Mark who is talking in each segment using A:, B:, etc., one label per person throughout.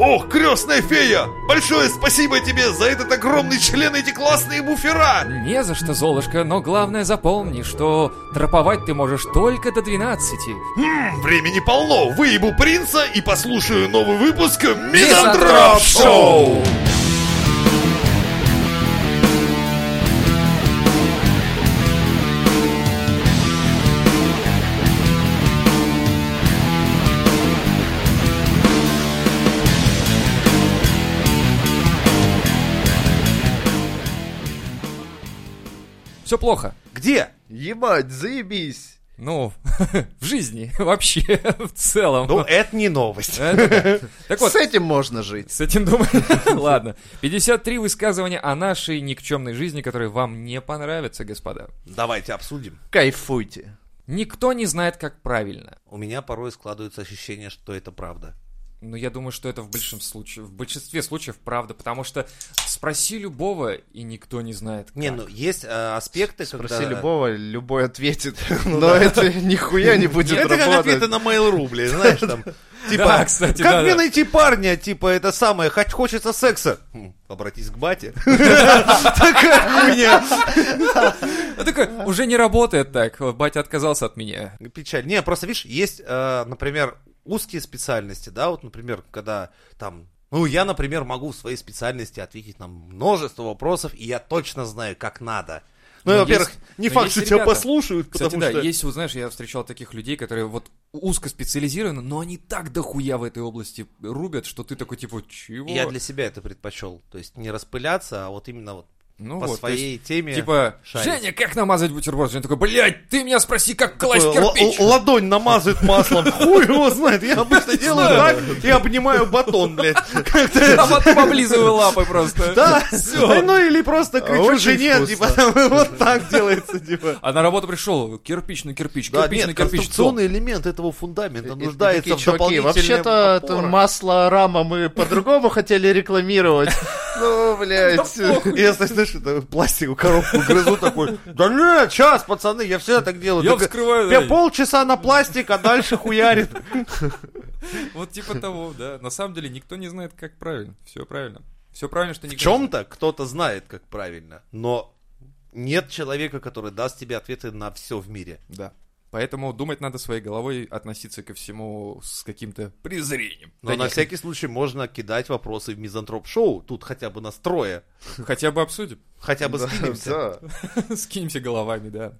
A: Ох, крестная фея! Большое спасибо тебе за этот огромный член и эти классные буфера!
B: Не за что, Золушка, но главное запомни, что траповать ты можешь только до 12.
A: Хм, времени полно! Выебу принца и послушаю новый выпуск Мизантроп Шоу!
B: Все плохо.
A: Где?
C: Ебать, заебись.
B: Ну, в жизни вообще, в целом.
A: Ну, это не новость.
B: Это да. Так вот,
C: С этим можно жить.
B: с этим думаю. Ладно. 53 высказывания о нашей никчемной жизни, которые вам не понравятся, господа.
A: Давайте обсудим.
C: Кайфуйте.
B: Никто не знает, как правильно.
A: У меня порой складывается ощущение, что это правда.
B: Но Ну, я думаю, что это в большинстве случаев, в большинстве случаев правда, потому что спроси любого, и никто не знает. Как.
D: Не, ну есть э, аспекты,
C: Спроси
D: когда...
C: любого, любой ответит. Но это нихуя не будет
A: Ну это как ответы
C: работать.
A: на Mail.ru, блин, знаешь, там, типа,
B: Да, кстати,
A: как
B: да,
A: мне
B: да.
A: найти парня, типа, это самое, хоть хочется секса? Хм, Обратись к бате.
B: А такой, уже не работает так, вот батя отказался от меня.
A: Печаль. Не, просто, видишь, есть, э, например, узкие специальности, да, вот, например, когда там... Ну, я, например, могу в своей специальности ответить на множество вопросов, и я точно знаю, как надо. Ну,
B: Но
A: во-первых,
B: есть-
A: не
B: но
A: факт,
B: есть
A: что тебя
B: ребята.
A: послушают,
B: Кстати,
A: потому
B: да,
A: что...
B: есть, вот знаешь, я встречал таких людей, которые вот узко специализированы, но они так дохуя в этой области рубят, что ты такой типа, чего?
A: И Я для себя это предпочел. То есть не распыляться, а вот именно вот
B: ну,
A: по
B: вот, то есть,
A: своей теме.
B: Типа,
A: шарить.
B: Женя, как намазать бутерброд? Женя такой, блядь, ты меня спроси, как класть
A: Л-
B: кирпич.
A: л- ладонь намазывает маслом. Хуй его знает. Я обычно делаю так и обнимаю батон, блядь.
B: А потом облизываю лапы просто.
A: Да,
B: Всё.
A: Ну или просто кричу
C: Очень
A: жене,
C: вкусно.
A: типа, там вот так делается, типа.
B: А на работу пришел, кирпич на кирпич,
A: Да,
B: кирпич на
A: нет,
B: кирпич.
A: конструкционный элемент этого фундамента
C: И- и
A: нуждается
C: Э, такие
A: в
C: чуваки,
A: дополнительном
C: Вообще-то это
A: опора.
C: масло рама мы по-другому хотели рекламировать. Ну, блядь.
A: И Я, знаешь, это пластиковую коробку грызу такой, да нет, сейчас, пацаны, я всегда так делаю.
B: Я
A: Только
B: вскрываю,
A: пе-
B: да,
A: полчаса на пластик, а дальше хуярит.
B: вот типа того, да. На самом деле никто не знает, как правильно. Все правильно. Все правильно, что
A: В
B: никто не
A: чем-то кто-то знает, как правильно, но нет человека, который даст тебе ответы на все в мире.
B: Да. Поэтому думать надо своей головой, относиться ко всему с каким-то презрением.
A: Но
B: Да
A: на
B: нет,
A: всякий случай можно кидать вопросы в мизантроп-шоу. Тут хотя бы настроя,
B: Хотя бы обсудим.
A: хотя бы скинемся.
C: Да.
B: Скинемся головами, да.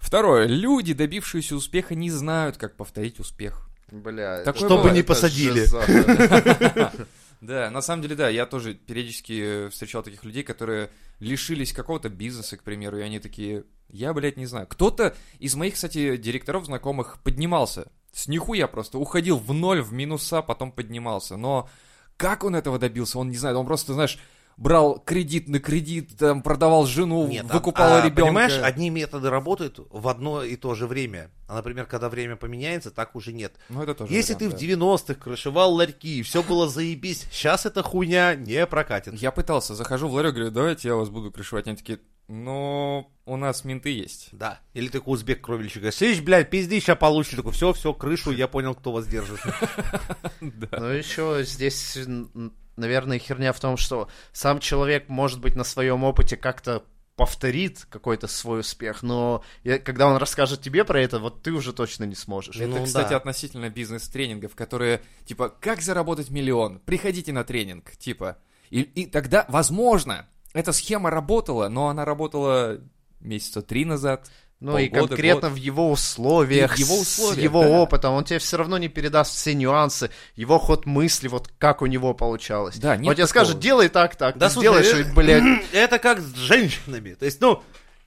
B: Второе. Люди, добившиеся успеха, не знают, как повторить успех.
C: Бля,
B: Такое
C: это-
B: Чтобы бывает.
A: не
C: это
A: посадили.
C: шиза.
B: Да, на самом деле, да, я тоже периодически э, встречал таких людей, которые лишились какого-то бизнеса, к примеру, и они такие, я, блядь, не знаю. Кто-то из моих, кстати, директоров знакомых поднимался. С нихуя просто уходил в ноль, в минуса, потом поднимался. Но как он этого добился, он не знает. Он просто, знаешь, брал кредит на кредит, там, продавал жену,
A: Нет, а-
B: выкупал
A: а,
B: ребенка.
A: Понимаешь, одни методы работают в одно и то же время. А, например, когда время поменяется, так уже нет.
B: Ну, это тоже
A: Если
B: вариант, да.
A: ты в 90-х крышевал ларьки, все было заебись, сейчас эта хуйня не прокатит.
B: Я пытался, захожу в ларек, говорю, давайте я вас буду крышевать. Они такие, ну, у нас менты есть.
A: Да. Или такой узбек кровельщик. говорит, Сидишь, блядь, пизди, сейчас получишь. Такой, все, все, крышу, я понял, кто вас держит.
C: Ну еще здесь, н- наверное, херня в том, что сам человек, может быть, на своем опыте как-то повторит какой-то свой успех, но я- когда он расскажет тебе про это, вот ты уже точно не сможешь.
A: Ну
B: Это,
A: да.
B: кстати, относительно бизнес-тренингов, которые, типа, как заработать миллион? Приходите на тренинг, типа. И, и тогда, возможно, эта схема работала, но она работала месяца три назад.
C: Ну и
B: полгода,
C: конкретно в его условиях,
B: И в его
C: с
B: условиях,
C: его
B: да.
C: опытом, он тебе все равно не передаст все нюансы, его ход мысли, вот как у него получалось.
B: Да, нет
C: он тебе
B: такого.
C: скажет, делай так, так,
A: Да,
C: ты
A: слушай,
C: сделаешь,
A: э,
C: и, блядь,
A: Это как с женщинами. То есть, ну,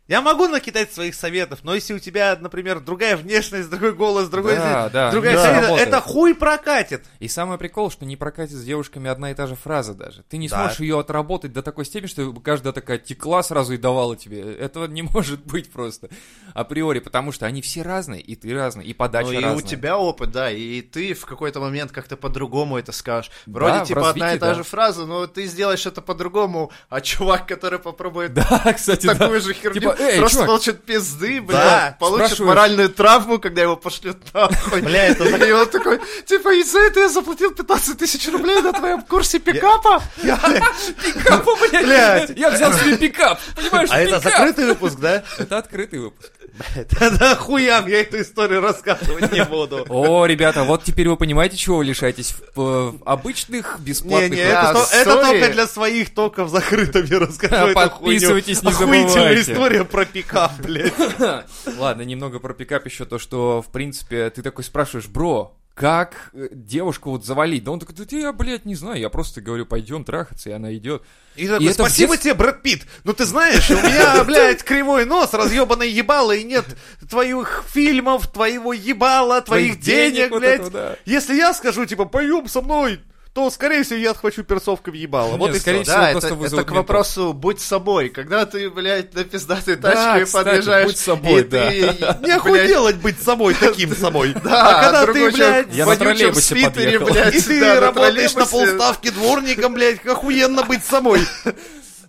A: я могу накидать своих советов, но если у тебя, например, другая внешность, другой голос, другой...
B: Да, да,
A: другая
B: да,
A: вся-
B: работает.
A: это хуй прокатит.
B: И самый прикол, что не прокатит с девушками одна и та же фраза даже. Ты не
A: Да.
B: сможешь ее отработать до такой степени, что каждая такая текла сразу и давала тебе. Этого не может быть просто априори, потому что они все разные, и ты разный, и подача
C: Ну и
B: разная.
C: у тебя опыт, да, и ты в какой-то момент как-то по-другому это скажешь. Вроде
B: Да, в
C: типа одна и
B: развитии,
C: та
B: да.
C: же фраза, но ты сделаешь это по-другому, а чувак, который попробует
B: Да, кстати, да.
C: такую же херню,
B: Типа, эй,
C: просто
B: чувак.
C: получит пизды, бля, получит
B: спрашиваешь.
C: моральную травму, когда его пошлют нахуй.
A: Бля, это за-
C: И он такой, типа, и за это я заплатил 15 тысяч рублей на твоем курсе пикапа.
B: Пикапа, блядь.
A: Блядь.
B: Я взял себе пикап. Понимаешь,
A: А это
B: пикап.
A: закрытый выпуск, да?
B: Это открытый выпуск.
A: Да нахуям я эту историю рассказывать не буду.
B: О, ребята, вот теперь вы понимаете, чего вы лишаетесь в, э, в обычных бесплатных...
A: Не, не,
C: Да,
A: это, то- это
C: сори.
A: только для своих только в закрытом я рассказываю эту хуйню.
B: Подписывайтесь, не
A: Охуительная
B: забывайте.
A: история про пикап, блядь. э?
B: Ладно, немного про пикап еще то, что, в принципе, ты такой спрашиваешь, бро, как э, девушку вот завалить? Да он такой, да я, блядь, не знаю, я просто говорю, пойдем трахаться, и она идет.
A: И такой,
B: это в
A: спасибо
B: детстве-
A: тебе, Брэд Питт, но ты знаешь, у меня, блядь, кривой нос, разъебанное ебало, и нет твоих фильмов, твоего ебала, твоих
B: Твоих денег,
A: денег,
B: вот
A: блядь.
B: этого, да.
A: Если я скажу, типа, поем со мной, то, скорее всего, я отхвачу перцовкой в ебало. Вот
B: Не,
A: и скорее
B: скорее всего,
C: Да,
B: просто
C: это,
B: вызовут
C: это к
B: ментов.
C: вопросу «будь собой». Когда ты, блядь, на пиздатой
B: Да,
C: тачке
B: кстати,
C: подъезжаешь...
B: «будь собой»,
C: и
B: да.
C: ты,
A: Нехуй
C: блядь,
A: делать быть собой, таким собой.
C: Да,
A: а когда ты,
C: другой человек
A: блядь,
B: Я
C: в
B: на
C: вонючем
B: троллейбусе
C: свитере,
B: подъехал.
C: блядь,
A: и ты
C: да, на
A: работаешь на
C: троллейбусе.
A: полставки дворником, блядь, охуенно быть собой.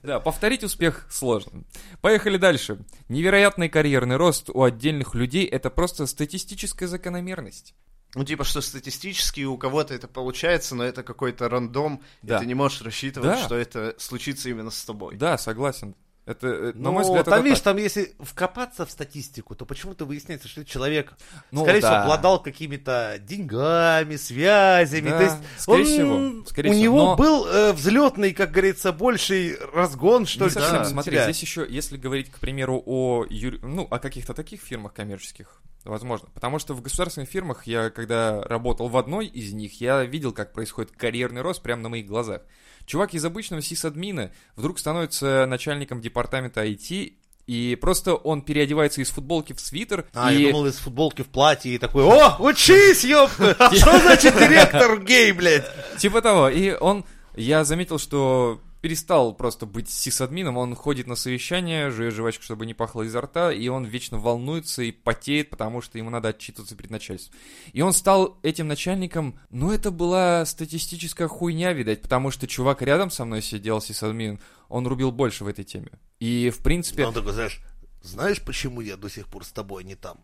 B: Да, повторить успех сложно. Поехали дальше. Невероятный карьерный рост у отдельных людей — это просто статистическая закономерность.
C: Ну, типа, что статистически у кого-то это получается, но это какой-то рандом,
B: Да.
C: и ты не можешь рассчитывать,
B: Да.
C: что это случится именно с тобой.
B: Да, согласен. Это, э, на
A: Ну,
B: мой взгляд,
A: там,
B: это
A: видишь,
B: так.
A: там если вкопаться в статистику, то почему-то выясняется, что этот человек,
B: Ну,
A: скорее
B: да.
A: всего, обладал какими-то деньгами, связями.
B: Да,
A: то есть
B: скорее
A: он-
B: всего, скорее
A: у
B: всего,
A: него
B: но-
A: был э, взлетный, как говорится, больший разгон, что
B: Не
A: ли,
B: совсем,
A: чем у
B: смотри,
A: тебя.
B: здесь еще, если говорить, к примеру, о юри- ну, о каких-то таких фирмах коммерческих, возможно. Потому что в государственных фирмах я, когда работал в одной из них, я видел, как происходит карьерный рост прямо на моих глазах. Чувак из обычного сисадмина вдруг становится начальником департамента IT, и просто он переодевается из футболки в свитер,
A: А,
B: и
A: я думал, из футболки в платье и такой, о, учись, ёпта! А Что значит директор гей, блядь?
B: Типа того. И он, я заметил, что перестал просто быть сисадмином, он ходит на совещание, жует жвачку, чтобы не пахло изо рта, и он вечно волнуется и потеет, потому что ему надо отчитываться перед начальством. И он стал этим начальником, ну это была статистическая хуйня, видать, потому что чувак рядом со мной сидел, сисадмин, он рубил больше в этой теме. И, в принципе,
A: А Он такой, знаешь, знаешь, почему я до сих пор с тобой не там?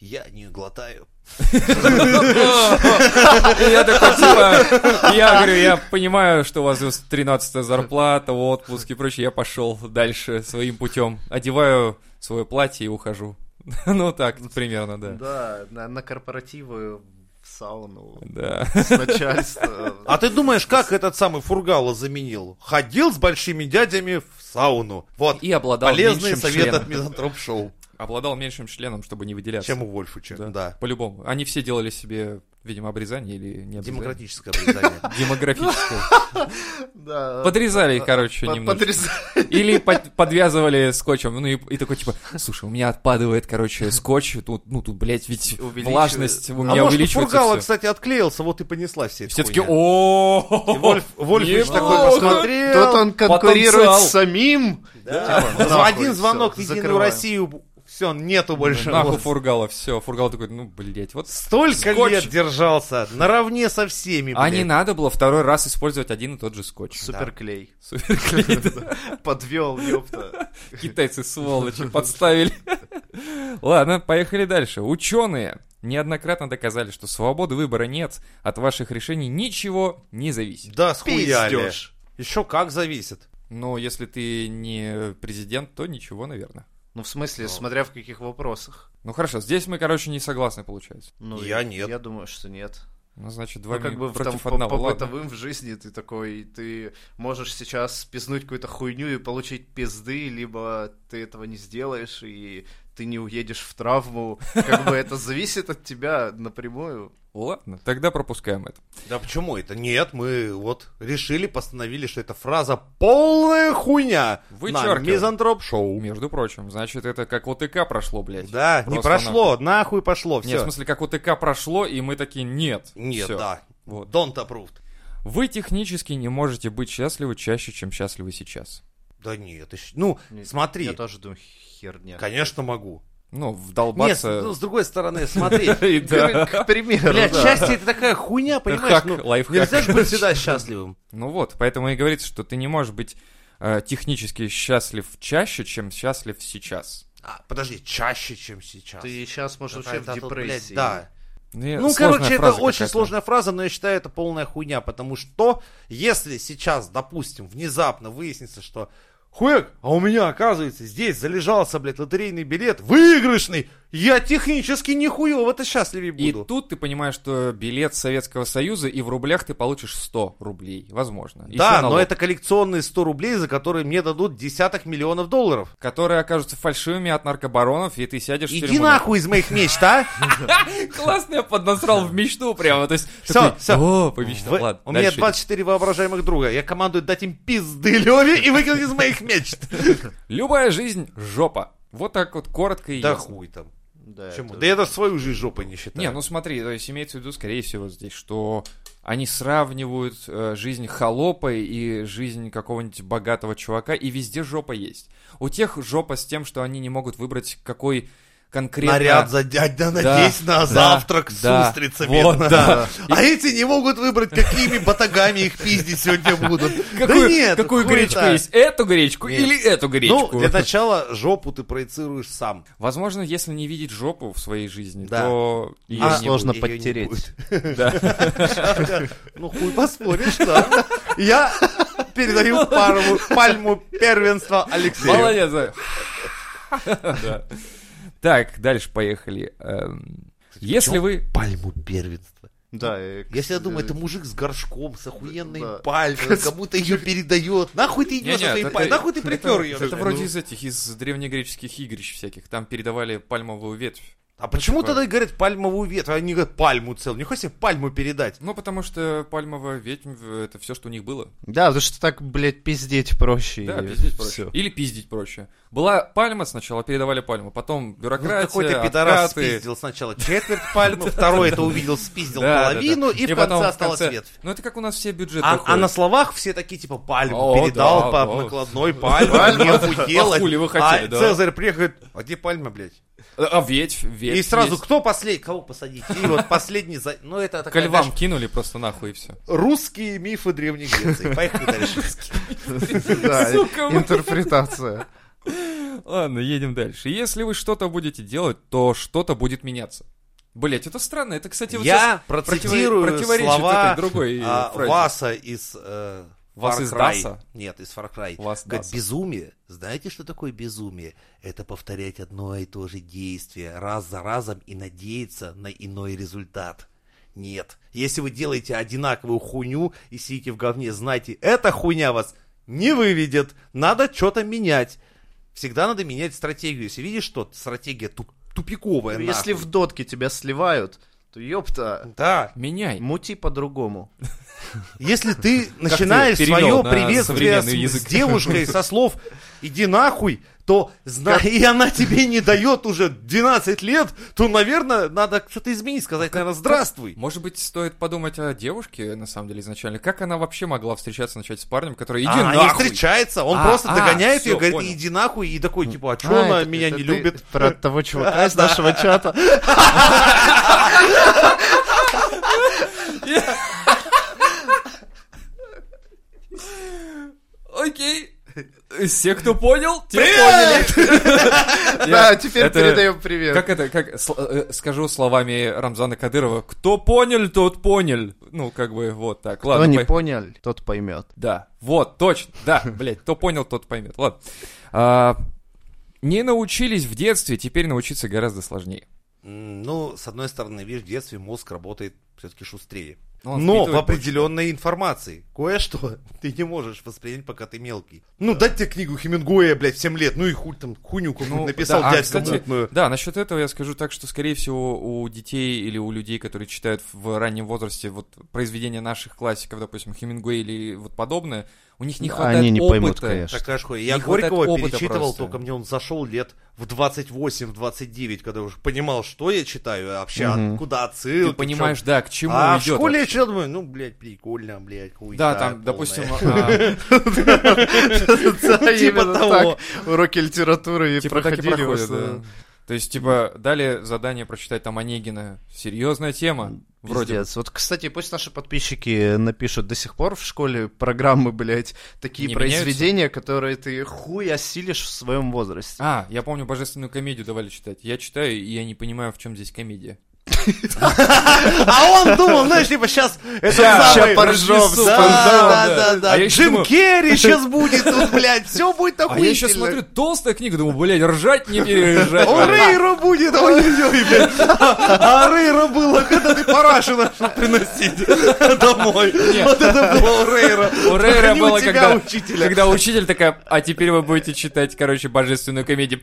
A: Я не глотаю.
B: И я такой, типа, я говорю, я понимаю, что у вас 13 зарплата, отпуск и прочее, я пошел дальше своим путем. Одеваю свое платье и ухожу. Ну так, примерно, да.
C: Да, на, на корпоративы в сауну
B: Да.
C: с начальством.
A: А ты думаешь, как этот самый Фургала заменил? Ходил с большими дядями в сауну. Вот,
B: И обладал
A: полезный
B: меньшим
A: совет
B: членом.
A: от Мизантроп-шоу.
B: Обладал меньшим членом, чтобы не выделяться.
A: Чем у Вольфича,
B: Да.
A: да.
B: По-любому. Они все делали себе, видимо, обрезание или не обрезание.
A: Демократическое обрезание.
B: Демографическое.
C: Да.
B: Подрезали, короче,
C: По-
B: немножко.
C: подрезали.
B: Или под- подвязывали скотчем, ну и, и такой типа, слушай, у меня отпадывает, короче, скотч, тут, ну тут, блядь, ведь
C: Увеличивает.
B: влажность у
A: А
B: меня
A: может,
B: увеличивается.
A: Фургала,
B: всё».
A: кстати, отклеился, вот и понеслась вся эта
B: Все таки
A: хуйня.
B: о
A: И Вольф, Вольфич
B: Неплохо.
A: такой посмотрел.
C: Тут он конкурирует
B: потенциал.
C: с самим.
A: Да.
C: Типа,
A: За
C: нахуй,
A: Один
C: всё,
A: звонок в Единую
C: закрываем.
A: Россию, все, нету больше.
B: Нахуй
A: Вот.
B: Фургала, все. Фургал такой, ну, блядь, вот...
A: Столько
B: Скотч.
A: лет держался, наравне со всеми,
B: А
A: блядь.
B: не надо было второй раз использовать один и тот же скотч.
C: Суперклей.
B: Суперклей, да.
C: Подвел, ёпта.
B: Китайцы, сволочи, подставили. Ладно, поехали дальше. Ученые неоднократно доказали, что свободы выбора нет, от ваших решений ничего не зависит.
A: Да, схуяли.
C: Пиздёж.
A: Еще как зависит.
B: Но если ты не президент, то ничего, наверное.
C: Ну, в смысле,
A: Ну.
C: смотря в каких вопросах.
B: Ну хорошо, здесь мы, короче, не согласны, получается.
C: Ну,
A: Я нет.
C: Я думаю, что нет.
B: Ну, значит, два
C: Ну, как
B: ми-
C: бы в- там
B: против
C: по,
B: одного.
C: по
B: ладно.
C: бытовым в жизни ты такой, ты можешь сейчас пизнуть какую-то хуйню и получить пизды, либо ты этого не сделаешь, и ты не уедешь в травму. Как бы это зависит от тебя напрямую.
B: Ладно, тогда пропускаем это.
A: Да почему это? Нет, мы вот решили, постановили, что эта фраза полная хуйня. На
B: Вычеркиваем.
A: мизантроп шоу.
B: Между прочим, значит, это как ОТК прошло, блядь.
A: Да,
B: Просто
A: не прошло, нахуй пошло,
B: Нет, в
A: все.
B: смысле, как ОТК прошло, и мы такие, нет.
A: Нет,
B: всё.
A: да.
B: Вот.
A: Don't approved.
B: Вы технически не можете быть счастливы чаще, чем счастливы сейчас.
A: Да нет, ещё- ну,
C: Нет,
A: смотри,
C: Я тоже думаю, херня.
A: конечно могу.
B: Ну,
A: Нет,
B: вдолбаться...
A: с- ну, с другой стороны, смотри.
B: И да.
C: К, к примеру,
A: Блядь,
C: да.
A: счастье это такая хуйня, понимаешь?
B: Хак,
A: Ну,
B: лайфхак.
A: нельзя же быть всегда счастливым.
B: Ну вот, поэтому и говорится, что ты не можешь быть э, технически счастлив чаще, чем счастлив сейчас.
A: А, подожди, чаще, чем сейчас.
C: Ты сейчас, может, вообще в
A: Какая-то тут,
C: депрессии.
A: блядь, да.
B: Ну,
A: Ну,
B: сложная
A: короче, это
B: фраза
A: очень
B: какая-то.
A: сложная фраза, но я считаю, это полная хуйня, потому что если сейчас, допустим, внезапно выяснится, что хуяк, а у меня, оказывается, здесь залежался, блядь, лотерейный билет, выигрышный, я технически нихуево-то счастливее
B: И
A: буду.
B: тут ты понимаешь, что билет Советского Союза, и в рублях ты получишь 100 рублей, возможно. Ещё
A: да, но
B: налог.
A: это коллекционные 100 рублей, за которые мне дадут десяток миллионов долларов.
B: Которые окажутся фальшивыми от наркобаронов, и ты сядешь в
A: Иди
B: тюрьму.
A: нахуй из моих мечт, а!
B: Классно, я поднасрал в мечту прямо, то есть...
A: Всё,
B: такой,
A: всё.
B: О, помечтал,
A: В-
B: ладно.
A: У меня
B: дальше иди.
A: 24 воображаемых друга. Я командую дать им пизды Леве и выкинуть из моих мечт.
B: Любая жизнь — жопа. Вот так вот коротко и
A: Да
B: ясно.
A: хуй там.
C: Да,
A: Почему?
C: это-
A: Да я даже свою жизнь жопой не считаю.
B: Не, ну смотри, то есть имеется в виду, скорее всего, здесь, что они сравнивают э, жизнь холопа и жизнь какого-нибудь богатого чувака, и везде жопа есть. У тех жопа с тем, что они не могут выбрать, какой конкретно...
A: Наряд задеть, да, надеть на
B: да,
A: завтрак с
B: да.
A: устрицами.
B: Вот,
A: Да.
B: да.
A: А эти не могут выбрать, какими батагами их пиздить сегодня будут. да
B: Какую,
A: нет,
B: какую
A: хуета.
B: гречку есть? Эту гречку
A: Нет.
B: или эту гречку?
A: Ну, для начала жопу ты проецируешь сам.
B: Возможно, если не видеть жопу в своей жизни,
A: Да.
B: то... её
A: А,
B: не
C: сложно
A: Её не
C: подтереть.
A: будет.
B: будет, да.
A: Ну, хуй поспоришь, да. Я передаю пальму, пальму первенства Алексею.
B: Молодец. да. Да. Так, дальше поехали. Эм, Если
A: чё?
B: вы...
A: Пальму первенства.
C: Да, э, к-
A: Ну, Если я думаю,
C: э,
A: это мужик с горшком, с охуенной
C: Да.
A: пальмой, кому-то ее передает. Нахуй ты идешь
B: Не-не,
A: этой
B: это-
A: пальмой? Нахуй ты припер ее?
B: Это вроде из этих, из древнегреческих игрищ всяких. Там передавали пальмовую ветвь.
A: А почему
B: такое?
A: тогда говорят пальмовую ветвь, а они говорят пальму целую? Не хочешь себе пальму передать?
B: Ну, потому что пальмовая ветвь — это все, что у них было.
C: Да, потому что так, блядь, пиздеть проще.
B: Да,
C: и
B: пиздить проще.
C: всё.
B: Или пиздить проще. Была пальма сначала, передавали пальму. Потом
A: Ну,
B: бюрократия,
A: какой-то пидорас
B: откаты.
A: спиздил сначала четверть пальмы, второй это увидел, спиздил
B: Да, да, да.
A: половину, и в
B: потом
A: конце осталась ветвь.
B: Ну, это как у нас все бюджеты
A: А, а
B: ходят.
A: на словах все такие, типа, пальму
B: О,
A: передал
B: да,
A: по
B: вот.
A: накладной пальме, не охуел.
B: А хули вы хотели,
A: а
B: да.
A: Цезарь приехал, говорит, а где пальма, блядь?
B: А ветвь, ветвь
A: и сразу,
B: есть.
A: кто последний, кого посадить? И вот последний, за... ну это
B: Ко
A: такая,
B: львам
A: знаешь,
B: кинули просто нахуй и все.
A: русские мифы Древней Греции. Поехали дальше.
C: Да,
B: Сука, мы-
C: интерпретация.
B: Ладно, едем дальше. Если вы что-то будете делать, то что-то будет меняться. Блять, это странно. Это, кстати, вот сейчас
A: Я
B: противо-
A: процитирую
B: противоречит
A: слова
B: этой другой э,
A: а,
B: фразе.
A: Васа из э,
B: Вас
A: Far
B: из
A: Cry.
B: Даса?
A: Нет, из Far Cry.
B: Вас
A: Говорит,
B: Даса.
A: безумие. Знаете, что такое безумие? Это повторять одно и то же действие раз за разом и надеяться на иной результат. Нет. Если вы делаете одинаковую хуйню и сидите в говне, знайте, эта хуйня вас не выведет. Надо что-то менять. Всегда надо менять стратегию. Если видишь, что стратегия туп- тупиковая.
C: Ну, Если в
A: нахуй.
C: дотке тебя сливают, то ёпта,
A: Да,
B: Меняй.
C: мути по-другому.
A: Если ты
B: ты
A: начинаешь
B: перевел
A: свое
B: на
A: приветствие с,
B: современный язык?
A: с девушкой со слов «иди нахуй», то зна- и она тебе не дает уже 12 лет, то, наверное, надо что-то изменить, сказать, наверное, «здравствуй».
B: Может быть, стоит подумать о девушке, на самом деле, изначально. Как она вообще могла встречаться, начать с парнем, который иди
A: А она не
B: нахуй.
A: встречается, он
B: А,
A: просто
B: а,
A: догоняет
B: всё,
A: ее, говорит
B: понял.
A: «иди нахуй», и такой, типа, «а че
C: А,
A: она
C: это-
A: меня
C: это
A: не
C: ты
A: любит?»
C: Про того чувака из нашего чата.
B: Окей. Все, кто понял, те поняли.
C: Да,
B: Я-
C: теперь
B: это-
C: передаем привет.
B: Как это, как сл- э, скажу словами Рамзана Кадырова, кто понял, тот понял. Ну, как бы вот так.
C: Кто
B: Ладно,
C: не
B: поех-
C: понял, тот поймет.
B: Да, вот, точно, да, блядь, кто понял, тот поймет. Ладно. А, не научились в детстве, теперь научиться гораздо сложнее.
A: М, Ну, с одной стороны, видишь, в детстве мозг работает все-таки шустрее.
B: Ну, он
A: Но в
B: впитывает
A: определенной информации. Кое-что ты не можешь воспринять, пока ты мелкий. Ну, дать тебе книгу Хемингуэя, блядь, в 7 лет, ну и хуй там, хуйню какую-нибудь
B: Ну,
A: написал
B: да, а,
A: дядька
B: кстати,
A: мутную.
B: Да, насчет этого я скажу так, что, скорее всего, у детей или у людей, которые читают в раннем возрасте вот произведения наших классиков, допустим, Хемингуэй или вот подобное, у них не
C: Они
B: хватает
C: не
B: опыта.
C: поймут, конечно.
A: Такая ж хуйня. Я
B: Не хватает
A: Горького
B: опыта
A: перечитывал,
B: просто.
A: только мне он зашел лет в 28-29, когда уже понимал, что я читаю, вообще,
C: Мгм.
A: куда отсылки.
B: Ты понимаешь, да, к
A: чё.
B: чему
A: а в
B: идет.
A: школе я читал, думаю, ну, блядь, прикольно, блядь, хуй.
B: Да, там, допустим, а,
C: Типа
A: того.
C: Уроки литературы и
B: типа так и
C: проходили.
B: Типа
C: в
B: проходит,
C: основном.
B: да. То есть, типа, дали задание прочитать там Онегина. Серьезная тема. Вроде.
C: Пиздец. Вот, кстати, пусть наши подписчики напишут до сих пор в школе программы, блядь, такие
B: Не
C: произведения, которые ты хуй осилишь в своем возрасте.
B: А, я помню, божественную комедию давали читать. Я читаю, и я не понимаю, в чем здесь комедия.
A: А он думал, знаешь, типа сейчас это
B: Ща,
A: самый...
B: ща поржем с
A: Да, да,
B: Фандомом,
A: да, да.
B: А я ещё
A: Джим
B: думаю-
A: Керри сейчас будет тут, блядь, все будет
B: А я
A: охуительно.
B: еще смотрю, толстая книга, думаю, блядь, ржать не пережать.
A: О, Рейро будет, ой-ой-ой, блядь. А Рейро было, когда ты парашу начал приносить домой.
B: Не.
A: Вот это было у Рейро.
B: У Рейра
A: Не у
B: было,
A: тебя,
B: когда,
A: учителя.
B: когда учитель такая, а теперь вы будете читать, короче, божественную комедию.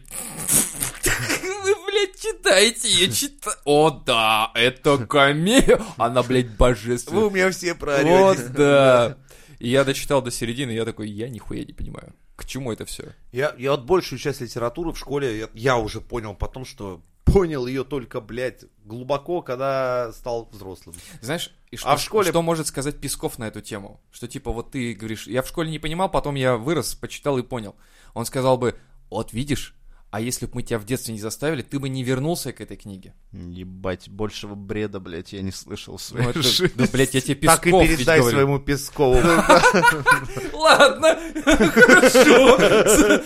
B: Вы, блядь, читайте, я читаю. О, да, это комедия. Она, блядь,
A: Вы
B: божественная.
A: у меня все проорете.
B: Вот, да. И я дочитал до середины, и я такой, я нихуя не понимаю. К чему это все?
A: Я, я вот большую часть литературы в школе, я, я уже понял потом, что понял ее только, блядь, глубоко, когда стал взрослым.
B: Знаешь, и что,
A: А в школе-
B: что может сказать Песков на эту тему? Что типа вот ты говоришь, я в школе не понимал, потом я вырос, почитал и понял. Он сказал бы, вот видишь, а если бы мы тебя в детстве не заставили, ты бы не вернулся к этой книге.
C: Ебать, большего бреда, блядь, я не слышал
B: Ну,
C: в своей
B: это-
C: жизни.
B: да, блядь, я тебе Песков
A: так и передай
B: ведь Ну, говорю.
A: своему Пескову.
B: Ладно, хорошо.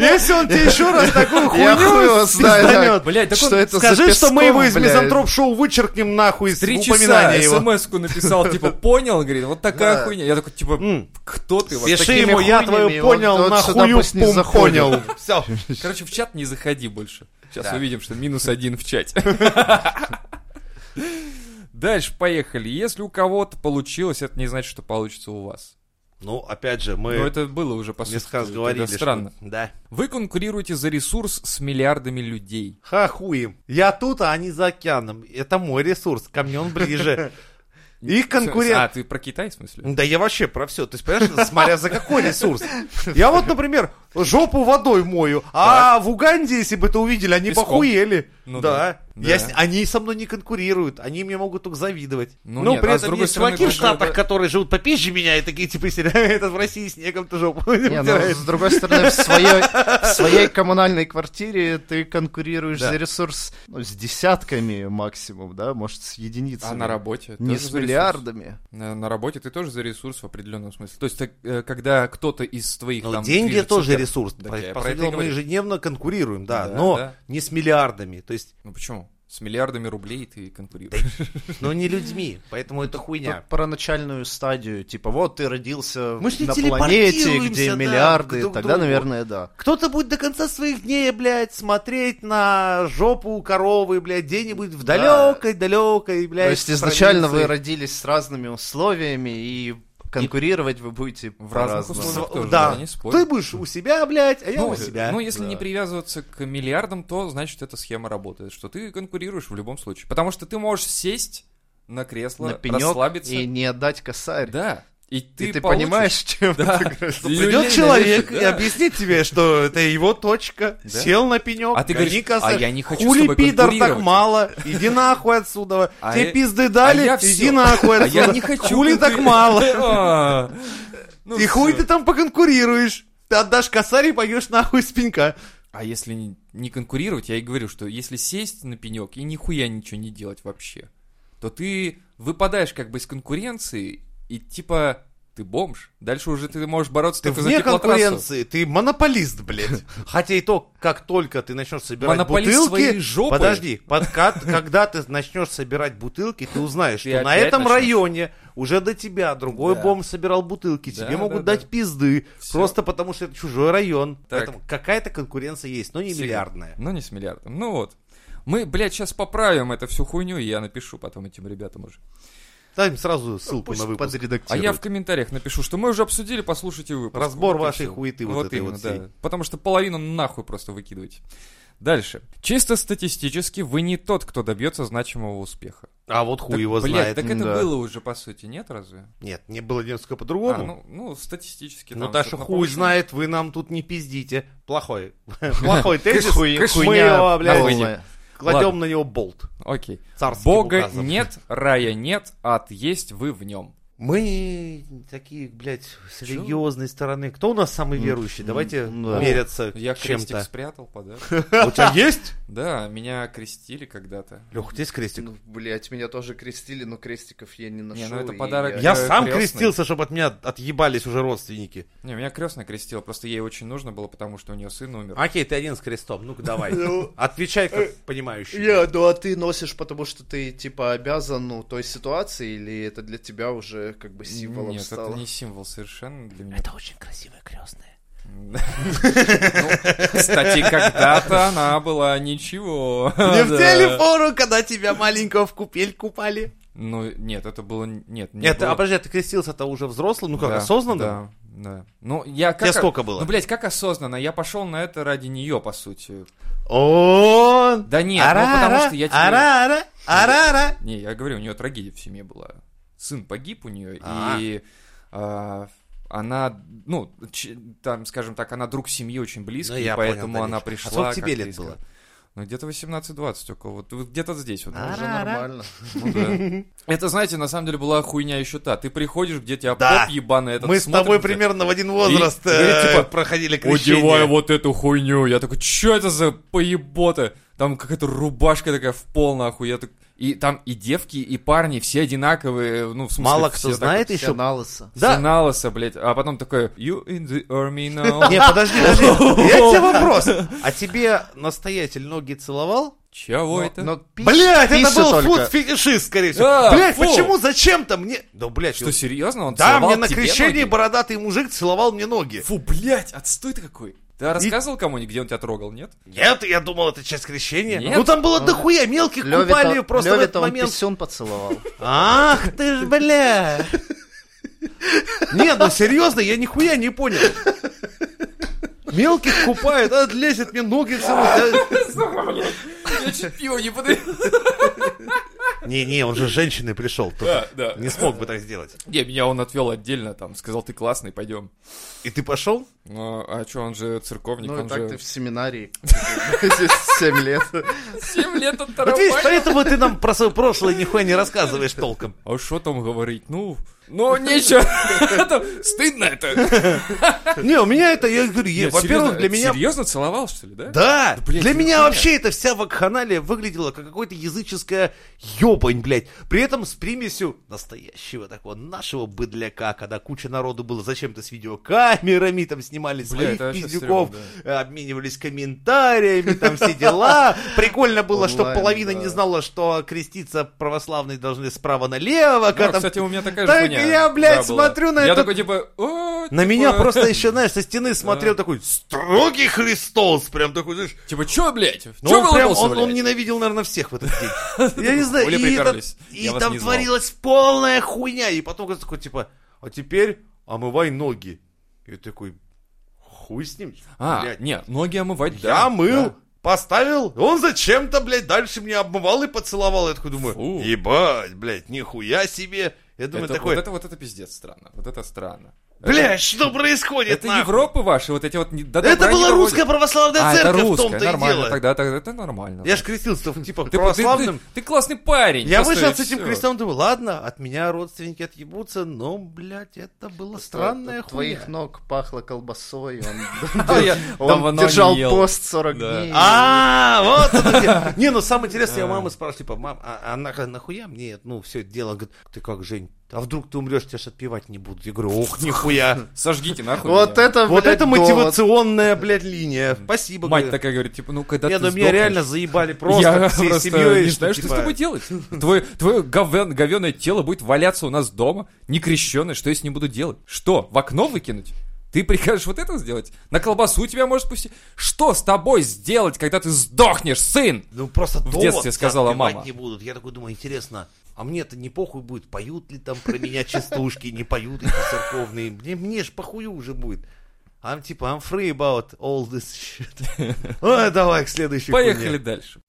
A: Если он тебе еще раз такую
C: Я хуй его
A: хуйню
C: знаю,
A: пизданет,
B: Блядь, так
C: Что
B: он
C: это за
A: скажи, что мы его из
C: Песков, блядь?
A: Мизантроп-шоу вычеркнем нахуй из
B: три часа
A: упоминания его.
B: смс-ку написал, типа, понял, говорит, вот такая
A: Да.
B: хуйня. Я такой, типа,
A: М.
B: кто ты? Вот
A: Пиши
B: такие-
A: ему, я
C: хуйнями
A: твою
C: он-
A: понял,
C: он сюда
A: нахую
C: пусть не
A: пум
C: заходит.
A: понял. Все.
B: Короче, в чат не заходи больше. Сейчас
A: Да.
B: увидим, что минус один в чате. Дальше поехали. Если у кого-то получилось, это не значит, что получится у вас.
A: Ну, опять же,
B: Но
A: мы
B: это было уже, по сути.
A: несколько раз
B: тогда
A: говорили, что-
B: странно.
A: Да.
B: Вы конкурируете за ресурс с миллиардами людей.
A: Ха хуем. Я тут, а они за океаном. Это мой ресурс, ко мне он ближе. И
B: А,
A: конкурент.
B: ты про Китай, в смысле?
A: Да я вообще про все. То есть, понимаешь, смотря за какой ресурс. Я вот, например, жопу водой мою, а в Уганде, если бы это увидели, они
B: Песком.
A: похуели.
B: Ну
A: да.
B: да.
A: Я
B: Да.
A: с- Они со мной не конкурируют, они мне могут только завидовать.
B: Ну
A: Но
B: нет,
A: при
B: а с
A: этом
B: другой
A: есть
B: стороны,
A: чуваки в
B: как бы
A: Штатах,
B: это-
A: которые живут попизже меня, и такие, типа, «Серега, это в России снегом-то жопу не
C: Не, ну,
A: вытирает».
C: с другой стороны, в своей, в своей коммунальной квартире ты конкурируешь за ресурс ну, с десятками максимум, да, может, с единицами.
B: А на работе?
C: Не
B: тоже
C: с
B: за ресурс?
C: миллиардами.
B: На, на работе ты тоже за ресурс в определенном смысле. То есть, так, э, когда кто-то из твоих
A: Ну,
B: там
A: деньги
B: движется
A: тоже
B: вверх-
A: ресурс.
B: Так
A: По,
B: я
A: по
B: про
A: сути
B: это и
A: дела, мы
B: говорю.
A: ежедневно конкурируем, да,
B: Да,
A: но
B: да.
A: не с миллиардами. То есть,
B: Ну почему? С миллиардами рублей ты конкурируешь.
A: но не людьми. Поэтому это хуйня.
C: Тут про начальную стадию, типа, вот ты родился
A: Мы ж не
C: на планете, где
A: телепортируемся, да,
C: миллиарды,
A: друг к
C: тогда,
A: другу.
C: наверное, да.
A: Кто-то будет до конца своих дней, блядь, смотреть на жопу коровы, блядь, где-нибудь в
C: Да.
A: далекой, далекой, блядь.
C: То есть изначально вы
A: провинции.
C: родились с разными условиями, и конкурировать вы будете
B: В разных
C: по-разному.
B: условиях.
A: С-
B: тоже,
A: Ну, да.
B: да, не спорю.
A: Ты будешь у себя, блядь, а я
B: Ну,
A: у себя.
B: ну, если
C: да.
B: не привязываться к миллиардам, то значит эта схема работает, что ты конкурируешь в любом случае. Потому что ты можешь сесть на кресло,
C: На пенек
B: расслабиться.
C: и не отдать косарь.
B: Да. И
C: И
B: ты,
C: ты,
B: получишь-
C: понимаешь, чем
B: Да.
C: ты играешь?
A: Придет
B: Людей
A: человек
B: навешать,
A: и
B: да.
A: объяснит тебе, что это его точка,
B: Да.
A: сел на пенек,
B: А ты
A: гони
B: говоришь,
A: косарь.
B: а я не хочу с
A: Хули
B: тобой
A: пидор так
B: конкурировать.
A: мало, иди нахуй отсюда.
B: А
A: Тебе
B: я-
A: пизды дали,
B: а я
A: иди
B: всё.
A: нахуй
B: А
A: отсюда.
B: я не хочу.
A: Хули так
B: конкури-
A: мало.
B: А. Ну
A: и хуй
B: всё.
A: ты там поконкурируешь. Ты отдашь косарь и пойдешь нахуй с пенька.
B: А если не- не конкурировать, я и говорю, что если сесть на пенек и нихуя ничего не делать вообще, то ты выпадаешь как бы из конкуренции и типа ты бомж. Дальше уже ты можешь бороться
A: Ты
B: только за
A: вне
B: теплотрассу.
A: конкуренции, ты монополист, блядь. Хотя и то, как только ты начнешь собирать
B: Монополист
A: бутылки...
B: своей жопы.
A: Подожди, подкат, когда ты начнешь собирать бутылки, ты узнаешь,
B: Ты
A: что на
B: опять
A: этом
B: начнёшь.
A: районе уже до тебя другой
B: Да.
A: бомж собирал бутылки,
B: Да,
A: тебе могут
B: да,
A: дать пизды,
B: Всё.
A: просто потому что это чужой район.
B: Так.
A: Поэтому какая-то конкуренция есть, но не
B: Всегда.
A: миллиардная.
B: Ну, не с миллиардом. Ну вот. Мы, блядь, сейчас поправим эту всю хуйню, и я напишу потом этим ребятам уже.
A: Ставим сразу ссылку
C: Пусть
A: на выпуск.
B: А
C: подредактируют.
B: я в комментариях напишу, что мы уже обсудили, послушайте выпуск.
A: Разбор
B: и
A: вашей
B: всё.
A: хуеты вот этой
B: именно,
A: вот
B: да.
A: всей.
B: Потому что половину нахуй просто выкидывайте. Дальше. Чисто статистически вы не тот, кто добьется значимого успеха.
A: А вот хуй
B: Так,
A: его
B: блядь,
A: знает.
B: так это
C: да.
B: было уже, по сути, нет разве?
A: Нет, не было несколько
B: А,
A: по-другому.
B: ну, ну, статистически.
A: Ну,
B: там
A: Даша,
B: что-то на
A: хуй
B: повышение.
A: знает, вы нам тут не пиздите. Плохой. Плохой тезис.
C: Хуй-
A: Мы
C: хуйня
A: его, блядь,
C: полная.
A: кладем на него болт.
B: Окей.
A: Царским
B: Бога
A: указом.
B: нет, рая нет, ад есть, вы в нем.
A: Мы такие, блядь, с религиозной стороны. Кто у нас самый
C: М,
A: верующий?
C: м,
A: Давайте
C: да.
A: меряться
B: Я крестик
A: чем-то.
B: спрятал подарок.
A: А У тебя есть?
B: Да, меня крестили когда-то.
A: Лех, у тебя есть крестик?
C: Ну, блядь, меня тоже крестили, но крестиков я не нашел.
B: ну это
C: и
B: подарок.
A: Я
B: э,
A: сам
B: крестный.
A: крестился, чтобы от меня отъебались уже родственники.
B: Не, меня крестная крестила, просто ей очень нужно было, потому что у нее сын умер.
A: Окей, ты один с крестом, ну-ка давай.
C: Ну,
A: Отвечай как понимающий.
C: Я, ну а ты носишь, потому что ты, типа, обязан, ну, той ситуации, или это для тебя уже, как бы, символом
B: Нет,
C: стало?
B: это не символ совершенно для меня.
A: Это очень красивая крестная.
B: Ну, Кстати, когда-то она была ничего.
A: Мне
B: Да.
A: в телефону, когда тебя маленького в купель купали.
B: Ну, нет, это было... Нет, не
A: Нет,
B: было.
A: а подожди, ты крестился-то уже взрослым, ну как,
B: Да,
A: осознанно?
B: Да, да. Ну, я как...
A: Тебе сколько было?
B: Ну, блядь, как осознанно? Я пошел на это ради нее, по сути.
A: О,
B: Да нет, ну, потому что я тебе-
A: Арара, арара.
B: Не, я говорю, у нее трагедия в семье была. Сын погиб у нее,
A: А.
B: и а, она, ну, ч- там, скажем так, она друг семьи очень близкий,
A: Ну, я
B: и
A: понял,
B: поэтому
A: конечно.
B: она
A: А
B: пришла.
A: сколько тебе
B: как-то
A: лет
B: и
A: было?
B: сказала. Ну, где-то 18-20 около, вот, вот где-то здесь вот.
A: А.
C: Уже
A: Ра-ра.
C: нормально.
B: Ну да. Это, знаете, на самом деле была хуйня еще та. Ты приходишь, где тебя
A: Да.
B: поп ебаный этот
A: Мы с
B: смотрит,
A: тобой
B: блядь,
A: примерно в один возраст
B: И- и говорит,
A: э,
B: типа,
A: проходили
B: Одевай
A: крещение.
B: вот эту хуйню. Я такой, что это за поебота? Там какая-то рубашка такая в пол, нахуй. Я так... И там и девки, и парни, все одинаковые. Ну, в смысле,
A: Мало
B: все
A: кто
B: так
A: знает
C: Все
A: еще.
C: на лысо.
B: Да.
A: Да.
B: Налоса, блядь. А потом такой, you in the army now.
A: Не, подожди, подожди. Я тебе вопрос. А тебе настоятель ноги целовал?
B: Чего это?
C: Но пи-
A: Блять, это
C: пицца
A: был
C: только.
A: фуд-фетишист, скорее
B: А,
A: всего. Блять,
B: фу.
A: почему, зачем-то мне... Да, блять,
B: Что, серьезно? Он
A: да,
B: целовал
A: мне на
B: тебе
A: крещении
B: ноги?
A: бородатый мужик целовал мне ноги.
B: Фу, блядь, отстой ты какой. Ты рассказывал кому-нибудь, где он тебя трогал, нет?
A: Нет, я думал, это часть крещения.
B: Нет.
A: Ну там было
C: Ну,
A: дохуя мелких купали
C: Лёве-то
A: просто в
C: Лёве-то
A: этот
C: он
A: момент.
C: писюн поцеловал.
A: Ах ты ж, бля. Не, ну серьезно, я нихуя не понял. Мелких купают, а лезет мне ноги целует.
B: Я чуть пиво не подарил.
A: а- Не-не, он же с женщиной пришел. только
B: Да, да.
A: Не смог бы так сделать.
B: Не, меня он отвел отдельно там, сказал, ты классный, пойдем.
A: И ты пошел?
B: Ну, а что, он же церковник,
C: Ну и
B: он
C: так ты
B: же...
C: в семинарии. 7 лет.
B: 7 лет от
A: Вот видишь, поэтому ты нам про свое прошлое нихуя не рассказываешь толком.
B: А что там говорить? Ну, ну нечего. Это Стыдно это.
A: Не, у меня это, я говорю, е-
B: Нет,
A: во-первых,
B: серьезно,
A: для меня...
B: Серьезно целовал, что ли, да?
A: Да,
B: Да, блядь,
A: для
B: ну
A: меня
B: хуя.
A: вообще эта вся вакханалия выглядела как какое-то языческое ёбань, блядь. При этом с примесью настоящего такого нашего быдляка, когда куча народу было зачем-то с видеокамерами, там снимали своих
B: это вообще
A: пиздюков,
B: стрёмно,
A: э, обменивались комментариями, там все дела. Прикольно было, что
C: Онлайн,
A: половина
C: да.
A: не знала, что креститься православные должны справа налево. когда
B: Ну,
A: там-
B: кстати, у меня такая же
A: Так
B: хуйня.
A: я, блядь,
B: Да, была.
A: смотрю на
B: Я
A: этот
B: такой, типа, «О,
A: На
B: типа,
A: меня просто еще, знаешь, со стены смотрел такой строгий Христос, прям такой, знаешь,
B: Типа, чё, блядь? Чё
A: ну, он, прям,
B: вылупился,
A: он, он
B: блядь?»
A: ненавидел, наверное, всех в этот день. Я не знаю,
B: Или
A: и, там,
B: приперлись.
A: и
B: Я вас
A: там
B: не знал.
A: творилась полная хуйня. И потом говорит такой, типа, а теперь омывай ноги. И такой, хуй с ним.
B: А,
A: блядь.
B: нет, ноги омывать, да.
A: Я мыл,
B: да.
A: поставил, он зачем-то, блядь, дальше меня обмывал и поцеловал. Я такой думаю,
B: Фу.
A: ебать, блядь, нихуя себе. Я думаю,
B: Это-
A: такой,
B: Вот это вот это пиздец странно. Вот это странно.
A: блядь, что происходит,
B: Это
A: нахуй?»
B: Европы ваши, вот эти вот... не- до
A: Это
B: добра не
A: была
B: доводят.
A: русская православная
B: А, это
A: церковь в
B: русская,
A: том-то и
B: нормально.
A: дело.
B: Тогда тогда это нормально.
A: Я ж крестился, типа,
B: Ты- ты- ты,
A: православным.
B: ты классный парень.
A: Я
B: просто
A: вышел
B: и
A: с этим
B: всё.
A: крестом, думаю, ладно, от меня родственники отъебутся, но, блядь, это было странное
C: От Твоих
A: хуйня.
C: ног пахло колбасой, он-
B: А я
C: он
B: давно не
C: держал
B: ел.
C: пост 40
B: Да.
C: дней.
A: А, вот это где. Не, ну самое интересное, я у мамы спрашиваю, типа, мам, а а на- нахуя мне, это, ну, все это дело? Она Говорит, ты как, Жень, а вдруг ты умрешь, тебя ж отпевать не будут. Я говорю, ох, нихуя.
B: Сожгите нахуй
C: Вот
B: меня.
C: это,
A: Вот
C: блядь,
A: это
C: довод.
A: мотивационная, блядь, линия. Спасибо,
B: Мать
A: говорю.
B: такая говорит, типа, ну когда
A: Не,
B: ты
A: ну меня
B: сдохнешь,
A: реально заебали
B: я
A: просто всей типа,
B: просто
A: семьей.
B: не знаю, что с тобой делать. Твое, твое говен- говёное тело будет валяться у нас дома, не крещенное. Что я с ним буду делать? Что, в окно выкинуть? Ты прикажешь вот это сделать? На колбасу тебя может пустить? Что с тобой сделать, когда ты сдохнешь, сын?
A: Ну просто
B: В
A: довод
B: детстве
A: тебя
B: сказала
A: отбивать
B: мама.
A: не будут. Я такой думаю, интересно, а мне-то не похуй будет, поют ли там про меня частушки, не поют эти церковные. Мне, мне ж похую уже будет. I'm типа, I'm free about all this shit. Ой, давай к следующей
B: Поехали
A: хуйне.
B: дальше.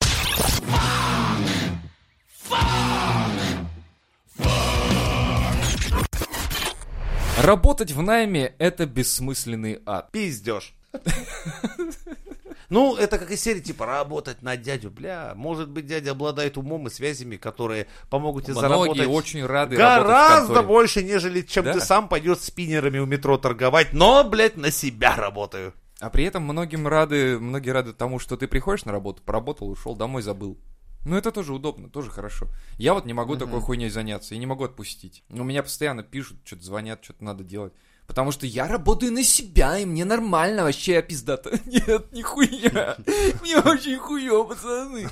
B: Работать в найме — это бессмысленный ад.
A: Пиздеж. Ну, это как из серии, типа, работать на дядю, бля. Может быть, дядя обладает умом и связями, которые помогут тебе
B: Многие
A: заработать
B: очень рады работать в
A: гораздо
B: конторе.
A: больше, нежели чем
B: Да.
A: ты сам пойдешь спиннерами у метро торговать, но, блядь, на себя работаю.
B: А при этом многим рады, многие рады тому, что ты приходишь на работу, поработал, ушел, домой забыл. Ну, это тоже удобно, тоже хорошо. Я вот не могу такой хуйней заняться, я не могу отпустить. У меня постоянно пишут, что-то звонят, что-то надо делать. Потому что я работаю на себя, и мне нормально вообще пиздато. Нет, нихуя. Мне очень хуё, пацаны.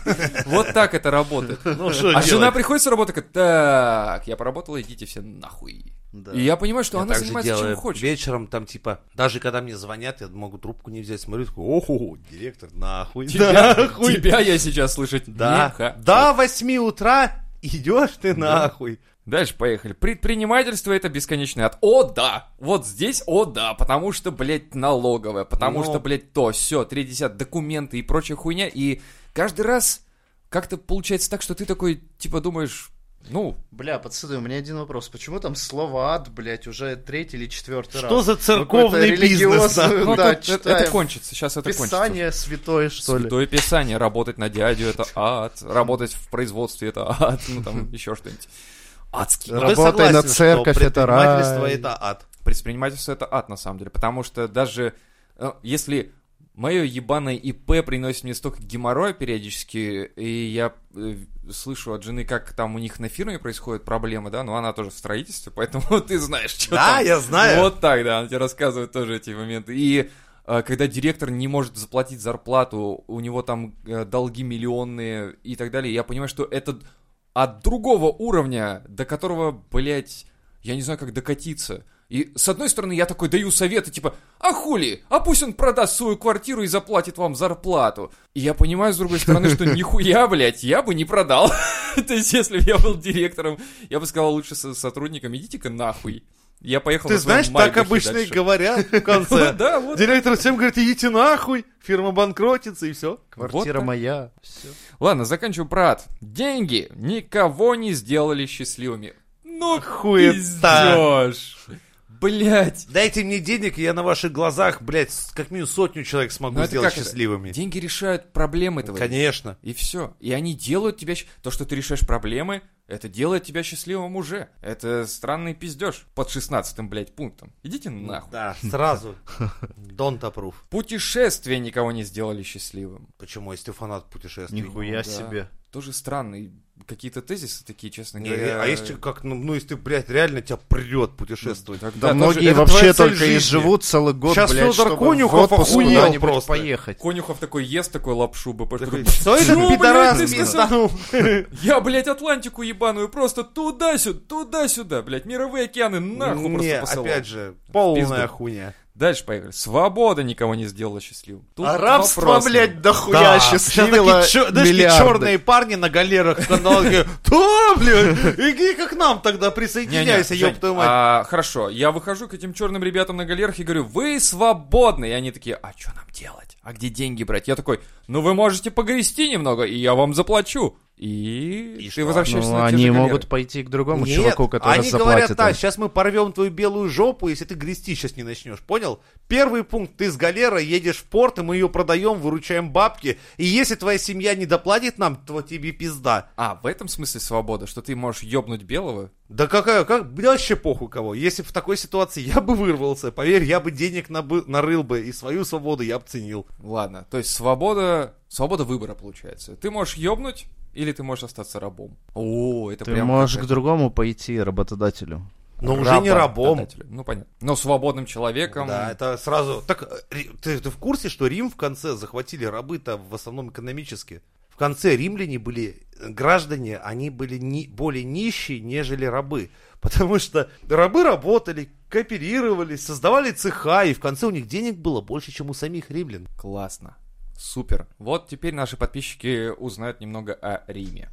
B: Вот так это работает.
A: Ну, что
B: А жена приходит с работы, говорит, так, я поработала, идите все нахуй.
C: Да.
B: И я понимаю, что
A: Я
B: она
A: так же
B: занимается чем
A: делаю.
B: хочет.
A: Вечером там, типа, даже когда мне звонят, я могу трубку не взять, смотрю, такой, оху, директор, нахуй.
B: Тебя,
A: нахуй.
B: тебя я сейчас слышать не
A: Да,
B: хочу.
A: до 8 утра идешь ты нахуй.
B: Дальше поехали. Предпринимательство это бесконечный ад. О, да! Вот здесь, о, да! Потому что, блядь, налоговая, потому
A: Ну.
B: что, блядь, то, все, 30 документы и прочая хуйня. И каждый раз как-то получается так, что ты такой, типа, думаешь, ну,
C: Бля, пацаны, у меня один вопрос. Почему там слово ад, блядь, уже третий или четвертый раз?
A: Что за церковный
C: Какой-то
A: бизнес?
C: религиозный,
A: нахуй?
B: ну,
C: да,
B: это, это
C: читаем.
B: кончится, сейчас это кончится.
C: Писание святое, что ли?
B: Святое Писание, работать на дядю это ад, работать в производстве это ад, ну там еще что-нибудь. Адский
A: Ну, ты
C: Работай на
A: согласен,
C: церковь,
A: что
C: это
A: предпринимательство
C: рай.
A: это ад.
B: предпринимательство это ад на самом деле, потому что даже э, если мое ебаное ИП приносит мне столько геморроя периодически, и я э, слышу от жены, как там у них на фирме происходят проблемы, да, но она тоже в строительстве, поэтому ты знаешь, что
A: Да, я знаю.
B: Вот так, да, она тебе рассказывает тоже эти моменты. И э, когда директор не может заплатить зарплату, у него там э, долги миллионные и так далее, я понимаю, что это от другого уровня, до которого, блядь, я не знаю, как докатиться. И с одной стороны, я такой даю советы, типа, а хули, а пусть он продаст свою квартиру и заплатит вам зарплату. И я понимаю, с другой стороны, что нихуя, блядь, я бы не продал. То есть, если бы я был директором, я бы сказал лучше со- сотрудникам, идите-ка нахуй. Я поехал
A: Ты
B: на своем
A: знаешь, так
B: Майбахе
A: обычно и
B: дальше.
A: говорят в конце.
B: Да, вот.
A: Директор всем говорит, идите нахуй, фирма банкротится и все.
C: Квартира
B: Вот так.
C: моя. Всё.
B: Ладно, заканчиваю, брат. Деньги никого не сделали счастливыми. Ну,
A: Хуета.
B: пиздёж. Блядь.
A: Дайте мне денег, и я на ваших глазах, блядь, с- как минимум сотню человек смогу
B: Ну, это
A: сделать
B: как это?
A: счастливыми.
B: Деньги решают проблемы этого.
A: Конечно.
B: И все. И они делают тебя... щ- То, что ты решаешь проблемы, это делает тебя счастливым уже. Это странный пиздеж под 16 блядь, пунктом. Идите нахуй.
A: Да, сразу. Don't approve.
B: Путешествия никого не сделали счастливым.
A: Почему, если ты фанат путешествий?
B: да.
C: Нихуя себе.
B: Тоже странные какие-то тезисы такие, честно
A: Не,
B: говоря.
A: а если как, ну, ну, если ты, блядь, реально тебя прет путешествовать.
B: Тогда
C: Да,
B: тоже-
C: многие
A: это
C: вообще
A: твоя цель
C: только и
A: жизни.
C: живут целый год,
A: Щас
C: блядь,
A: Фёдор
C: чтобы в
A: Конюхов
C: отпуск
A: охуел
C: куда-нибудь
A: просто.
C: поехать.
B: Конюхов такой ест такой лапшу БП.
A: Такой,
B: такой,
A: Что
B: «Ну,
A: этот
B: блядь,
A: пидорас
B: ты
A: пизданул?»
B: Я, блядь, Атлантику ебаную просто туда-сюда, туда-сюда, блядь, мировые океаны
A: Не,
B: нахуй просто посылал.
A: опять же,
B: пизду.
A: полная хуйня.
B: Дальше поехали. Свобода никого не сделала счастливым. Тут
A: А
C: Арабство,
B: вопрос,
C: А блядь, дохуя
A: Да,
C: счастливило
A: всё-таки чё- знаешь, такие
C: миллиарды.
A: черные парни на галерах в кандалах такие, да, блядь, иди как нам тогда
B: Не-не,
A: присоединяйся,
B: Жень,
A: ёб твою мать.
B: а, хорошо, я выхожу к этим черным ребятам на галерах и говорю, вы свободны. И они такие, а что нам делать? А где деньги брать? Я такой, ну вы можете погрести немного, и я вам заплачу. И,
A: И
B: ты
A: что?
B: возвращаешься
C: Ну,
B: на те
C: они
B: же галеры.
C: могут пойти к другому
A: Нет,
C: чуваку, который
A: они
C: заплатит.
A: говорят, да,
C: им.
A: сейчас мы порвем твою белую жопу, если ты грести сейчас не начнешь, понял? Первый пункт, ты с галера едешь в порт, и мы ее продаем, выручаем бабки, и если твоя семья не доплатит нам, то тебе пизда.
B: А, в этом смысле свобода, что ты можешь ёбнуть белого?
A: Да какая, как, бля, вообще похуй кого. Если бы в такой ситуации я бы вырвался, поверь, я бы денег набы- нарыл бы, и свою свободу я бы ценил.
B: Ладно, то есть свобода, свобода выбора получается. Ты можешь ёбнуть, или ты можешь остаться рабом. О, это
C: Ты
B: прям
C: можешь к
B: какая-то-
C: другому пойти, работодателю.
A: Но уже не рабом.
B: работодателю. Ну, понятно. Но свободным человеком.
A: Да, это сразу. Так э, Ри- ты, ты в курсе, что Рим в конце захватили рабы-то в основном экономически? В конце римляне были э, граждане, они были ни- более нищие, нежели рабы. Потому что рабы работали, кооперировались, создавали цеха, и в конце у них денег было больше, чем у самих римлян.
B: Классно. Супер. Вот теперь наши подписчики узнают немного о Риме.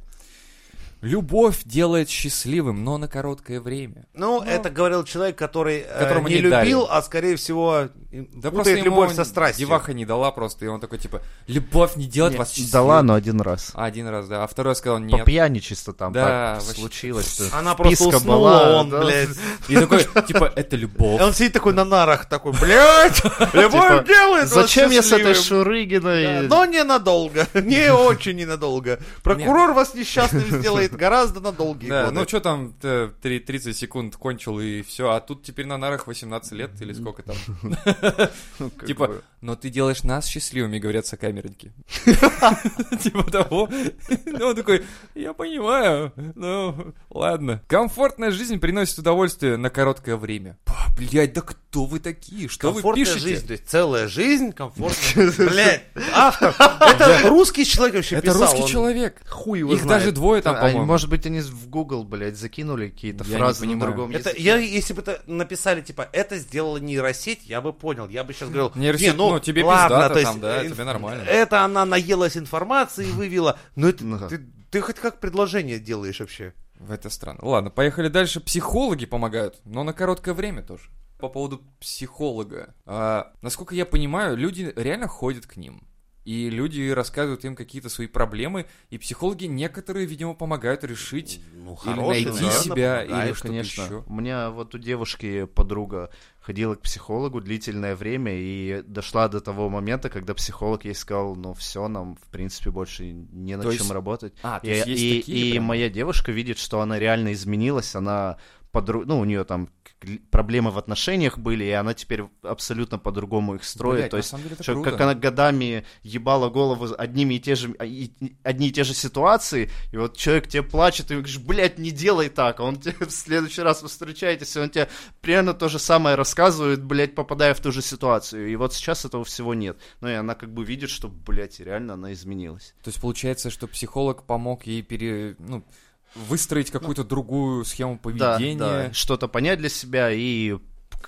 B: Любовь делает счастливым, но на короткое время.
A: Ну, это говорил человек, который э,
B: Которому
A: не
B: не дали.
A: любил, а скорее всего
B: Да
A: да
B: просто ему
A: любовь со страстью.
B: деваха не дала просто, и он такой, типа, любовь не делает вас счастливым.
C: Дала, но один раз.
B: А, один раз, да. А второй сказал,
C: По
B: нет.
C: пьяни чисто там
B: Да,
C: так
B: вообще.
C: случилось. что
A: Она
C: вписка
A: просто уснула,
C: была,
A: он,
C: да.
A: блядь.
B: И такой, типа, это любовь.
A: И Он сидит такой на нарах, такой, блядь, любовь
C: Типа,
A: делает вас
C: Зачем я с
A: счастливым».
C: этой
A: Да, ну,
C: Шурыгиной?
A: Но ненадолго, не очень ненадолго. Прокурор вас несчастным сделает гораздо на долгие
B: Да,
A: годы.
B: ну что там, э, три- 30 секунд кончил и все, а тут теперь на нарах 18 лет или сколько там.
C: Ну, как
B: Типа,
C: бы.
B: но ты делаешь нас счастливыми, говорят сокамерники. Типа того. Ну, он такой, я понимаю, ну, ладно. Комфортная жизнь приносит удовольствие на короткое время. Ба, Блядь, да кто вы такие? Что вы
A: комфортная
B: пишете?
A: жизнь, то есть целая жизнь комфортная. Блядь, автор, это русский человек вообще
B: Это
A: писал,
B: русский
A: он
B: человек.
A: Хуй его
B: Их
A: знает.
B: даже двое там,
C: А,
B: по-моему.
C: может быть, они в Google, блядь, закинули какие-то
B: Я не
C: фразы на
B: понимаю.
C: другом
A: Это,
C: языке.
A: я, если бы это написали, типа, это сделала нейросеть, я бы понял. Я бы сейчас говорил,
B: Нейросеть,
A: не, ну,
B: ну, тебе
A: ладно,
B: пиздато
A: то есть,
B: там, да,
A: э,
B: тебе нормально.
A: Это она наелась информации и вывела. Но это,
C: Ну да.
A: ты, ты хоть как предложение делаешь вообще?
B: Это странно. Ладно, поехали дальше. Психологи помогают, но на короткое время тоже. По поводу психолога. А, насколько я понимаю, люди реально ходят к ним. И люди рассказывают им какие-то свои проблемы, и психологи некоторые, видимо, помогают решить.
A: Ну,
B: хороший, найти
C: наверное,
B: себя, или
C: Да, и,
B: что-то
C: конечно.
B: еще.
C: У меня вот у девушки подруга ходила к психологу длительное время и дошла до того момента, когда психолог ей сказал, ну все, нам, в принципе, больше не над
B: То
C: чем
B: есть-
C: работать.
B: А, то
C: И,
B: есть есть
C: и-
B: такие
C: и
B: прям?
C: моя девушка видит, что она реально изменилась, она подру... ну, у нее там к- проблемы в отношениях были, и она теперь абсолютно по-другому их строит.
B: Блядь,
C: То
B: на
C: есть
B: самом деле это
C: Чё,
B: круто.
C: как она годами ебала голову одними и те же, а, и- одни и те же ситуации, и вот человек тебе плачет, и говоришь, блядь, не делай так, а он тебе в следующий раз вы встречаетесь, и он тебе примерно то же самое рассказывает, блядь, попадая в ту же ситуацию, и вот сейчас этого всего нет. Ну и она как бы видит, что, блядь, реально она изменилась.
B: То есть получается, что психолог помог ей пере... ну, выстроить какую-то другую схему поведения.
C: Да, да, что-то понять для себя и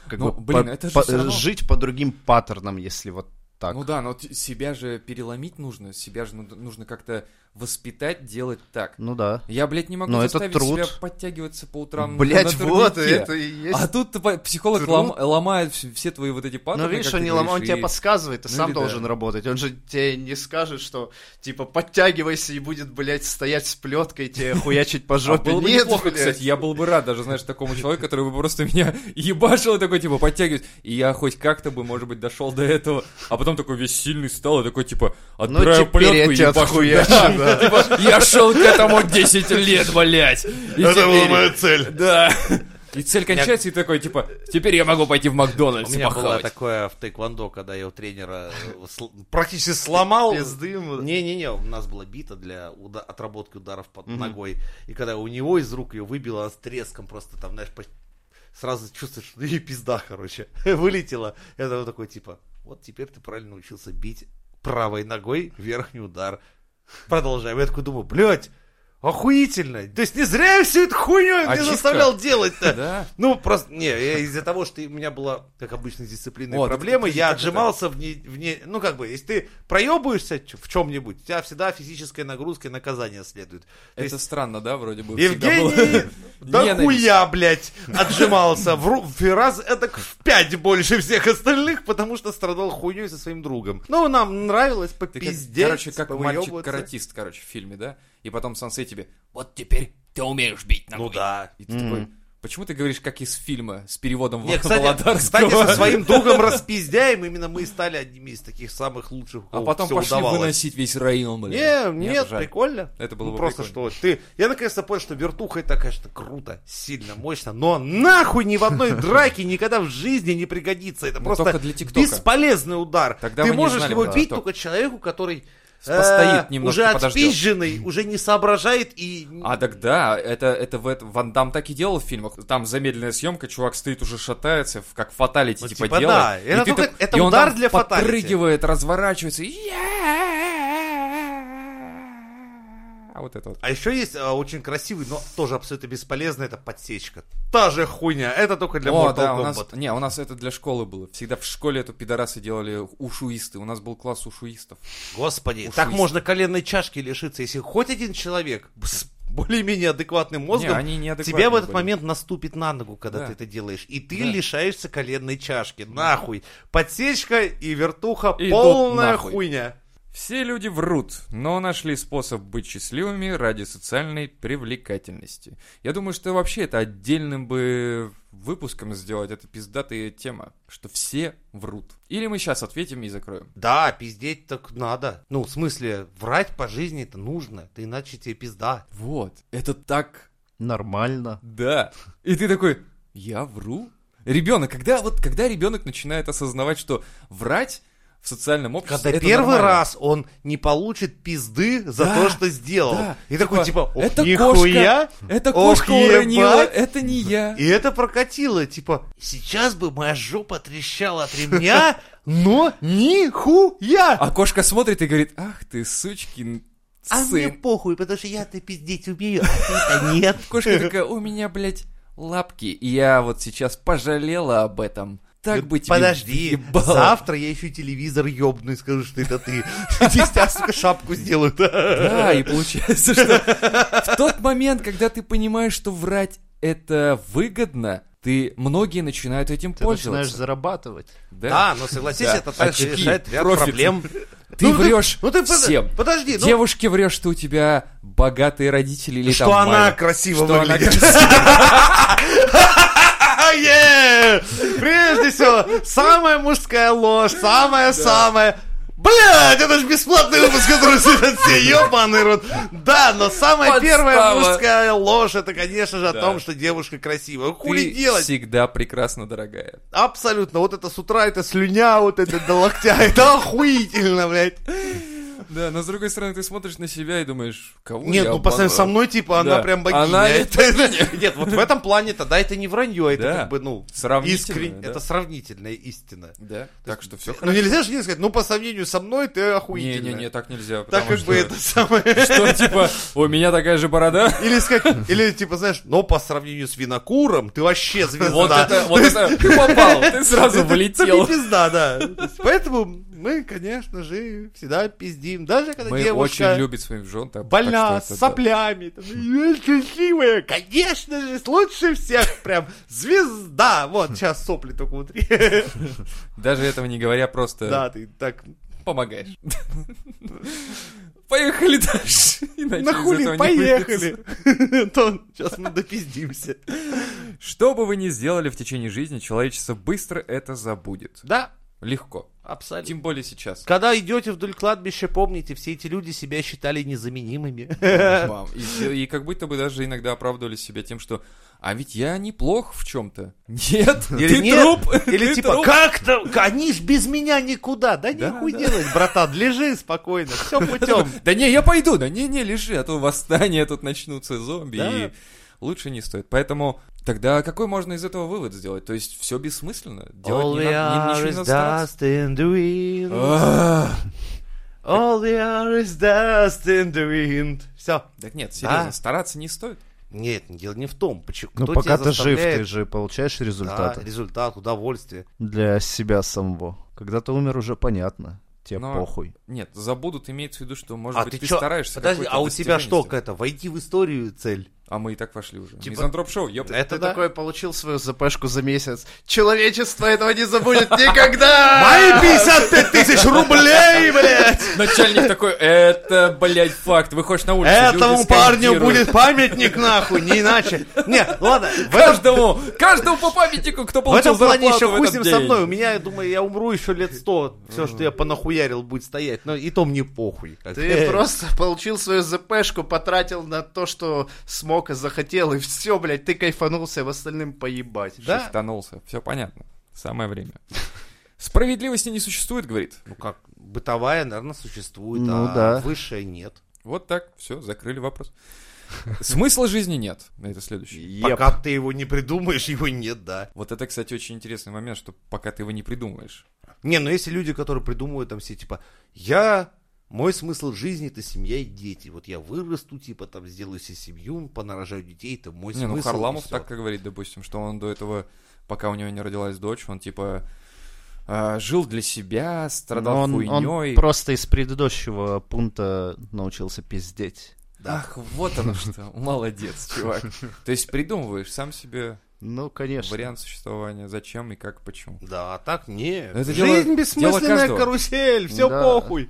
C: как
B: Ну,
C: бы
B: блин,
C: по-
B: это же
C: по-
B: всё равно-
C: жить по другим паттернам, если вот так.
B: Ну да, но т- себя же переломить нужно, себя же ну- нужно как-то воспитать, делать так.
C: Ну да.
B: Я, блядь, не могу
C: Но это
B: заставить
C: труд.
B: себя подтягиваться по утрам. на-
C: Блять,
B: на
C: вот,
B: турнике.
C: это и есть
B: А тут ты по- психолог
C: Труд.
B: лом- ломает вс- все твои вот эти паттерны.
C: Ну, видишь,
B: как
C: он
B: ты
C: не ломал, он
B: говоришь,
C: тебе
B: и-
C: подсказывает, ты
B: Ну
C: сам
B: или да.
C: должен работать. Он же тебе не скажет, что типа подтягивайся и будет, блядь, стоять с плеткой тебе хуячить по
B: А
C: жопе.
B: было бы
C: Нет,
B: неплохо,
C: блядь.
B: кстати, я был бы рад даже, знаешь, такому человеку, который бы просто меня ебашил и такой, типа, подтягивать. И я хоть как-то бы, может быть, дошел до этого, а потом такой весь сильный стал и такой, типа,
C: Ну,
B: отбираю
C: теперь я
B: пленку и
C: тебя
B: ебашу.
C: отхуячу,
B: Да.
C: да.
B: Типа, я шел к этому 10 лет, блядь. И теперь-
A: цель.
B: Да. И цель кончается, и такой, типа, теперь я могу пойти в
A: У
B: Макдональдс и
A: меня было
B: похавать.
A: такое в тайквандо, когда я у тренера э, сл- практически сломал.
C: Пизды ему.
A: Не-не-не, у нас была бита для уда- отработки ударов под
C: Мгм.
A: ногой. И когда у него из рук ее выбило, она с треском просто там, знаешь, по- сразу чувствуешь, что и пизда, короче, вылетела. Это вот такой типа, вот теперь ты правильно научился бить правой ногой верхний удар. Продолжаем. Я такой думаю, блядь, охуительно. То есть не зря я всю эту хуйню не
B: Очистка.
A: заставлял делать-то.
B: Да.
A: Ну, просто, не, я из-за того, что у меня была, как обычно, дисциплинная
B: О, так
A: проблема,
B: подожди,
A: я
B: как это?
A: отжимался в ней, в ней- ну, как бы, если ты проебываешься ч- в чем-нибудь, у тебя всегда физическая нагрузка и наказание следует. То
B: Это
A: есть,
B: странно, да, вроде бы? всегда
A: Евгений,
B: было?
A: да
B: Ненависть.
A: хуя, блядь, отжимался в, ру- в раз, это в пять больше всех остальных, потому что страдал хуйней со своим другом. Ну, нам нравилось
B: Ты как-
A: попиздеть,
B: короче, как
A: помоёбываться.
B: мальчик-каратист, короче, в фильме, да? И потом Сансей тебе, вот теперь ты умеешь бить ногой.
A: Ну да.
B: И ты такой, почему ты говоришь, как из фильма, с переводом
A: Не,
B: Влада
A: кстати,
B: Володарского?»
A: кстати, со своим другом распиздяем, именно мы и стали одними из таких самых лучших, у
B: А
A: кого
B: потом
A: всё
B: пошли
A: удавалось.
B: выносить весь район, блин.
A: Не, нет,
B: жаль.
A: прикольно.
B: Это было
A: Ну,
B: бы
A: просто
B: прикольно.
A: что ты. Я наконец-то понял, что вертуха это, конечно, круто, сильно, мощно, но нахуй ни в одной драке никогда в жизни не пригодится. Это
B: Ну,
A: просто
B: только для ТикТока.
A: бесполезный удар.
B: Тогда
A: ты
B: мы не
A: можешь
B: знали
A: его
B: про
A: бить
B: ТикТок.
A: только человеку, который э,
B: Постоит немножко,
A: уже
B: подождет.
A: отпизженный, уже не соображает и
B: А так да, это, это в этом- Ван Дам так и делал в фильмах. Там замедленная съемка, чувак стоит, уже шатается, в- как фаталити
A: Ну,
B: типа,
A: типа
B: делает.
A: да,
B: И
A: это
B: ты
A: только-
B: так-
A: это
B: и он
A: удар
B: там
A: для фаталити.
B: подпрыгивает, разворачивается. и я- А вот это вот.
A: А еще есть а, очень красивый, но тоже абсолютно бесполезный, это подсечка. Та же хуйня, это только для
B: О,
A: Mortal
B: да, у
A: Kombat.
B: нас, не, у нас это для школы было. Всегда в школе эту пидорасы делали ушуисты. У нас был класс ушуистов.
A: Господи,
B: Уж
A: так
B: выясни.
A: можно коленной чашки лишиться, если хоть один человек с- более-менее адекватным
B: Не,
A: мозгом,
B: они неадекватные
A: Тебя в этот
B: были.
A: момент наступит на ногу, когда
B: Да.
A: ты это делаешь. И ты
B: Да.
A: лишаешься коленной чашки. Нахуй. Подсечка и вертуха
B: Идут
A: полная
B: нахуй.
A: хуйня.
B: Все люди врут, но нашли способ быть счастливыми ради социальной привлекательности. Я думаю, что вообще это отдельным бы выпуском сделать, это пиздатая тема, что все врут. Или мы сейчас ответим и закроем.
A: Да, пиздеть так надо. Ну, в смысле, врать по жизни это нужно. Ты иначе тебе пизда.
B: Вот, это так,
C: Нормально.
B: да. И ты такой, я вру? Ребенок, когда вот когда ребенок начинает осознавать, что врать в социальном обществе,
A: Когда
B: это
A: первый
B: нормально.
A: раз он не получит пизды за
B: Да,
A: то, что сделал.
B: да.
A: И такой типа, «Ох,
B: это
A: нихуя!»
B: эта
A: Ох,
B: кошка уронила,
A: ебать.
B: это не я.
A: И это прокатило, типа, сейчас бы моя жопа трещала от ремня,
B: Ну,
A: но нихуя!
B: А кошка смотрит и говорит, ах ты, сучкин
A: А мне
B: сын.
A: похуй, потому что я-то пиздеть умею, а ты-то нет.
B: Кошка такая, у меня, блядь, лапки. И я вот сейчас пожалела об этом. Так бы тебе
A: Подожди,
B: въебало».
A: завтра я еще телевизор ебну и скажу, что это ты. Здесь тебя, сука, шапку сделают.
B: Да, и получается, что в тот момент, когда ты понимаешь, что врать это выгодно, ты многие начинают этим
C: Ты начинаешь
B: пользоваться.
C: зарабатывать.
A: Да, но согласись,
B: Да.
A: это также
B: Очки,
A: решает ряд
B: профит.
A: проблем.
B: Ты
A: Ну
B: врешь
A: ну ты под-
B: всем.
A: Подожди, ну
B: Девушке врешь, что у тебя богатые родители или
A: что
B: там
A: она
B: мама.
A: красиво
B: Что она
A: выглядит. А, Е! Прежде всего, самая мужская ложь, самая-самая. Блять, это же бесплатный выпуск, который сидят все ебаный рот. Да, но самая
B: Подстава.
A: первая мужская ложь, это, конечно же, о
B: Да.
A: том, что девушка красивая. Хули
B: Ты
A: делать?
B: всегда прекрасно, дорогая.
A: Абсолютно. Вот это с утра, это слюня, вот это до локтя. Это охуительно, блядь.
B: Да, но с другой стороны, ты смотришь на себя и думаешь, кого
A: Нет,
B: я
A: ну по сравнению со
B: обманул?
A: мной, типа, она
B: Да.
A: прям богиня.
B: Она
A: Это- Нет, вот в этом плане тогда это не вранье, это
B: Да.
A: как бы, ну,
B: Сравнительное,
A: искрен-
B: да.
A: Это сравнительная истина.
B: Да, так что все
A: Ну нельзя же не сказать, ну по сравнению со мной ты охуительная.
B: Не-не-не, так нельзя.
A: Так
B: потому
A: как бы это
B: что-
A: самое.
B: Что, типа, у меня такая же борода?
A: Или сказать, или типа, знаешь, но по сравнению с винокуром ты вообще звезда.
B: Вот это, вот это, ты попал, ты сразу
A: Тебе
B: влетел.
A: пизда, да. То есть Поэтому мы, конечно же, всегда пиздим. Даже когда
B: Мы
A: девушка
B: очень любим своих жен. так-
A: больна,
B: так что
A: с
B: это да.
A: соплями, там, «Я красивая, конечно же, лучше всех, прям звезда. Вот, сейчас сопли только внутри.
B: Даже этого не говоря, просто
A: Да, ты так,
B: помогаешь. Поехали дальше. иначе из этого
A: нахули,
B: не
A: поехали. Сейчас мы допиздимся.
B: выберемся. Что бы вы ни сделали в течение жизни, человечество быстро это забудет.
A: Да,
B: Легко.
A: абсолютно.
B: Тем более сейчас.
A: Когда идете вдоль кладбища, помните, все эти люди себя считали незаменимыми.
B: Вам. И, всё- и как будто бы даже иногда оправдывали себя тем, что а ведь я неплох в чем-то. Нет, ты
A: нет,
B: труп.
A: Или
B: ты
A: типа,
B: труп.
A: как-то, они ж без меня никуда. Да
B: Да,
A: нихуй
B: да.
A: делать, братан, лежи спокойно, все путем.
B: Да не, я пойду, да не, не, лежи, а то восстания тут начнутся зомби,
A: Да.
B: и лучше не стоит. Поэтому тогда какой можно из этого вывод сделать? То есть все бессмысленно? Делать не надо, ни- ничего не А. надо стараться?
A: in the wind.
B: Ах,
A: All we are is dust in the wind. Все.
B: Так нет, серьезно,
A: Да.
B: стараться не стоит.
A: Нет, дело не в том, почему.
C: Ну,
A: кто
C: пока
A: тебя
C: ты жив, ты
A: заставляет-
C: же получаешь
A: Да,
C: результаты
A: результат, удовольствие.
C: для себя самого. Когда ты умер, уже понятно. Тебе
B: Но-
C: похуй.
B: Нет, забудут, имеется в виду, что, может быть, ты,
A: А чё-
B: стараешься.
A: Подожди,
B: какое-то
A: а у тебя
B: достижение
A: что,
B: сделать.
A: это, войти в историю цель?
B: А мы и так вошли уже.
A: Типа-
B: Мизантроп-шоу, ёпта.
A: Это
C: Ты
A: да.
C: такой получил свою ЗПшку за месяц. Человечество этого не забудет никогда!
A: Мои 55 тысяч рублей, блядь!
B: Начальник такой, это, блядь, факт. Выходишь на улицу, люди
A: Этому парню
B: скандируют.
A: будет памятник, нахуй, не иначе. Не, ладно, в этом
B: Каждому, каждому по памятнику, кто
A: В
B: получил
A: этом
B: зарплату
A: плане еще
B: в
A: хуй с
B: этот
A: ним со
B: день.
A: мной. У меня, я думаю, я умру еще лет сто. Все, что я понахуярил, будет стоять. Но и то мне похуй. э,
C: Ты просто получил свою ЗПшку, потратил на то, что смог и захотел, и все, блядь, ты кайфанулся, и в остальном поебать.
A: Да.
B: Шифтанулся. Все понятно. Самое время. Справедливости не существует, говорит.
A: Ну как, бытовая, наверное, существует,
C: Ну
A: а
C: да.
A: высшая нет.
B: Вот так, все, закрыли вопрос. Смысла жизни нет. Это следующее.
A: Пока ты его не придумаешь, его нет, да.
B: Вот это, кстати, очень интересный момент, что пока ты его не придумаешь.
A: Не, ну если люди, которые придумывают там все, типа, я... Мой смысл жизни это семья и дети. Вот я вырасту, типа там сделаю себе семью, понарожаю детей, это мой
B: не,
A: смысл.
B: ну
A: и
B: Харламов
A: всё.
B: так и говорит, допустим, что он до этого, пока у него не родилась дочь, он типа э, жил для себя, страдал
C: Но он, он
B: хуйней.
C: просто из предыдущего пункта научился пиздеть.
A: Да.
B: Ах, вот оно что. Молодец, чувак. То есть придумываешь сам себе
C: Ну, конечно.
B: вариант существования, зачем и как, почему.
A: Да, а так нет.
B: Это
A: Жизнь
B: дело- дело
A: бессмысленная
B: каждого.
A: карусель, все
C: Да.
A: похуй.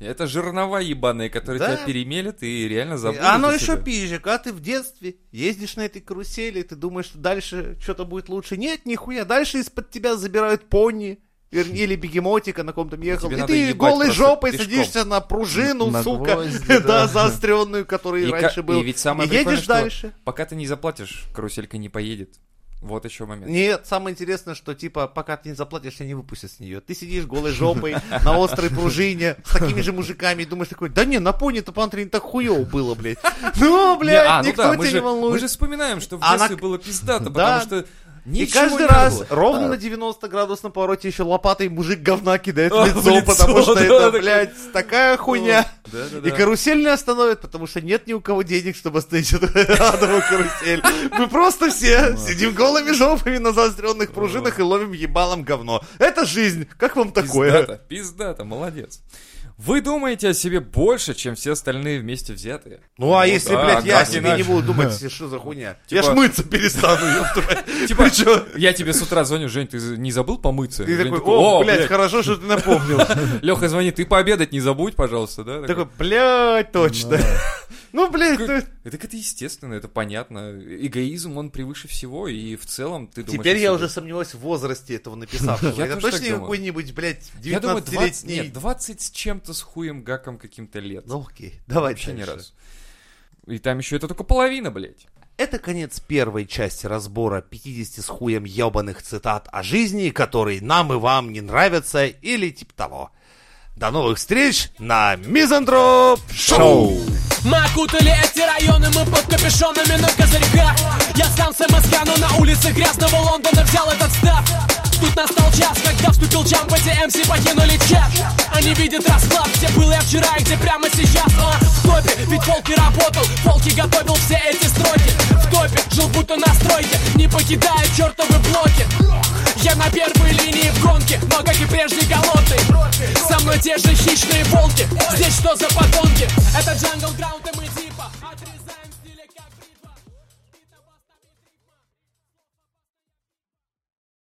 B: Это жернова ебаные, которые
A: Да.
B: тебя перемелят и реально забудут.
A: А оно
B: о
A: еще
B: тебе.
A: пизжик, а ты в детстве ездишь на этой карусели, ты думаешь, что дальше что-то будет лучше. Нет, нихуя, дальше из-под тебя забирают пони вернее, или бегемотика на ком-то ехал.
B: Тебе
A: И
B: надо
A: ты
B: ебать
A: голой
B: просто
A: жопой
B: пешком.
A: садишься на пружину,
C: На
A: сука,
C: гвозди,
A: да,
C: да.
A: заостренную, которая
B: И,
A: раньше
B: ка-
A: был.
B: и ведь самое
A: И
B: прикольное,
A: едешь
B: что
A: дальше.
B: пока ты не заплатишь, каруселька не поедет. Вот еще момент.
A: Нет, самое интересное, что типа, пока ты не заплатишь, тебя не выпустят с нее. Ты сидишь голой жопой на острой пружине с такими же мужиками и думаешь такой, да не, на пони-то пантере не так хуево было, блядь. Ну,
B: Не, а,
A: блядь,
B: ну
A: никто
B: да, мы
A: тебя не
B: же, мы
A: волнует.
B: же вспоминаем, что в
A: Она
B: детстве
A: к-
B: было
A: Да.
B: пиздато, потому что
A: И
B: ничего
A: каждый
B: не
A: раз
B: было. А.
A: ровно на 90 градусном повороте еще лопатой мужик говна кидает в
B: А, в
A: лицо,
B: лицо,
A: потому что
B: да,
A: это,
B: такой.
A: блядь, такая хуйня.
B: Да-да-да.
A: И карусель не остановит, потому что нет ни у кого денег, чтобы остановить эту адовую карусель. Мы просто все сидим голыми жопами на заостренных пружинах и ловим ебалом говно. Это жизнь. Как вам такое?
B: Пиздато, пиздато, молодец. Вы думаете о себе больше, чем все остальные вместе взятые.
A: Ну а если,
B: да,
A: блядь,
B: а
A: я о
B: как
A: себе не
B: иначе?
A: буду думать, что за хуйня? Я ж
B: Типа-
A: мыться перестану, ёб твою.
B: Типа,
A: Ты чё?
B: я тебе с утра звоню, Жень, ты не забыл помыться?
A: Ты такой, о, блядь, хорошо, что ты напомнил.
B: Леха звонит, ты пообедать не забудь, пожалуйста, да?
A: Такой, блядь, точно. Ну, блядь,
B: Такой,
A: ну,
B: Так это естественно, это понятно. Эгоизм, он превыше всего, и в целом ты думаешь...
A: Теперь
B: о
A: я
B: себе.
A: уже сомневаюсь в возрасте этого написавшего.
B: Я
A: Это
B: тоже так
A: точно
B: думаю.
A: какой-нибудь, блядь,
B: Я думаю, 20, нет,
A: 19-летний...
B: 20 с чем-то с хуем гаком каким-то лет.
A: Ну окей, давай
B: Вообще ни
A: дальше.
B: разу. И там еще это только половина, блядь.
A: Это конец первой части разбора 50 с хуем ебаных цитат о жизни, которые нам и вам не нравятся или типа того. До новых встреч на Мизантроп Шоу!
D: Мы окутали эти районы, мы под капюшонами на козырьках Я сам с МСК, но на улице грязного Лондона взял этот став Тут настал час, когда вступил джамп, эти МС покинули чат Они видят расклад, где был я вчера и где прямо сейчас А, в топе, ведь Волки работал, Волки готовил все эти строки В топе, жил будто на стройке, не покидая чертовы блоки я на первой линии в гонке, но как и прежде голодный Со мной те же хищные волки Здесь что за потоки? типа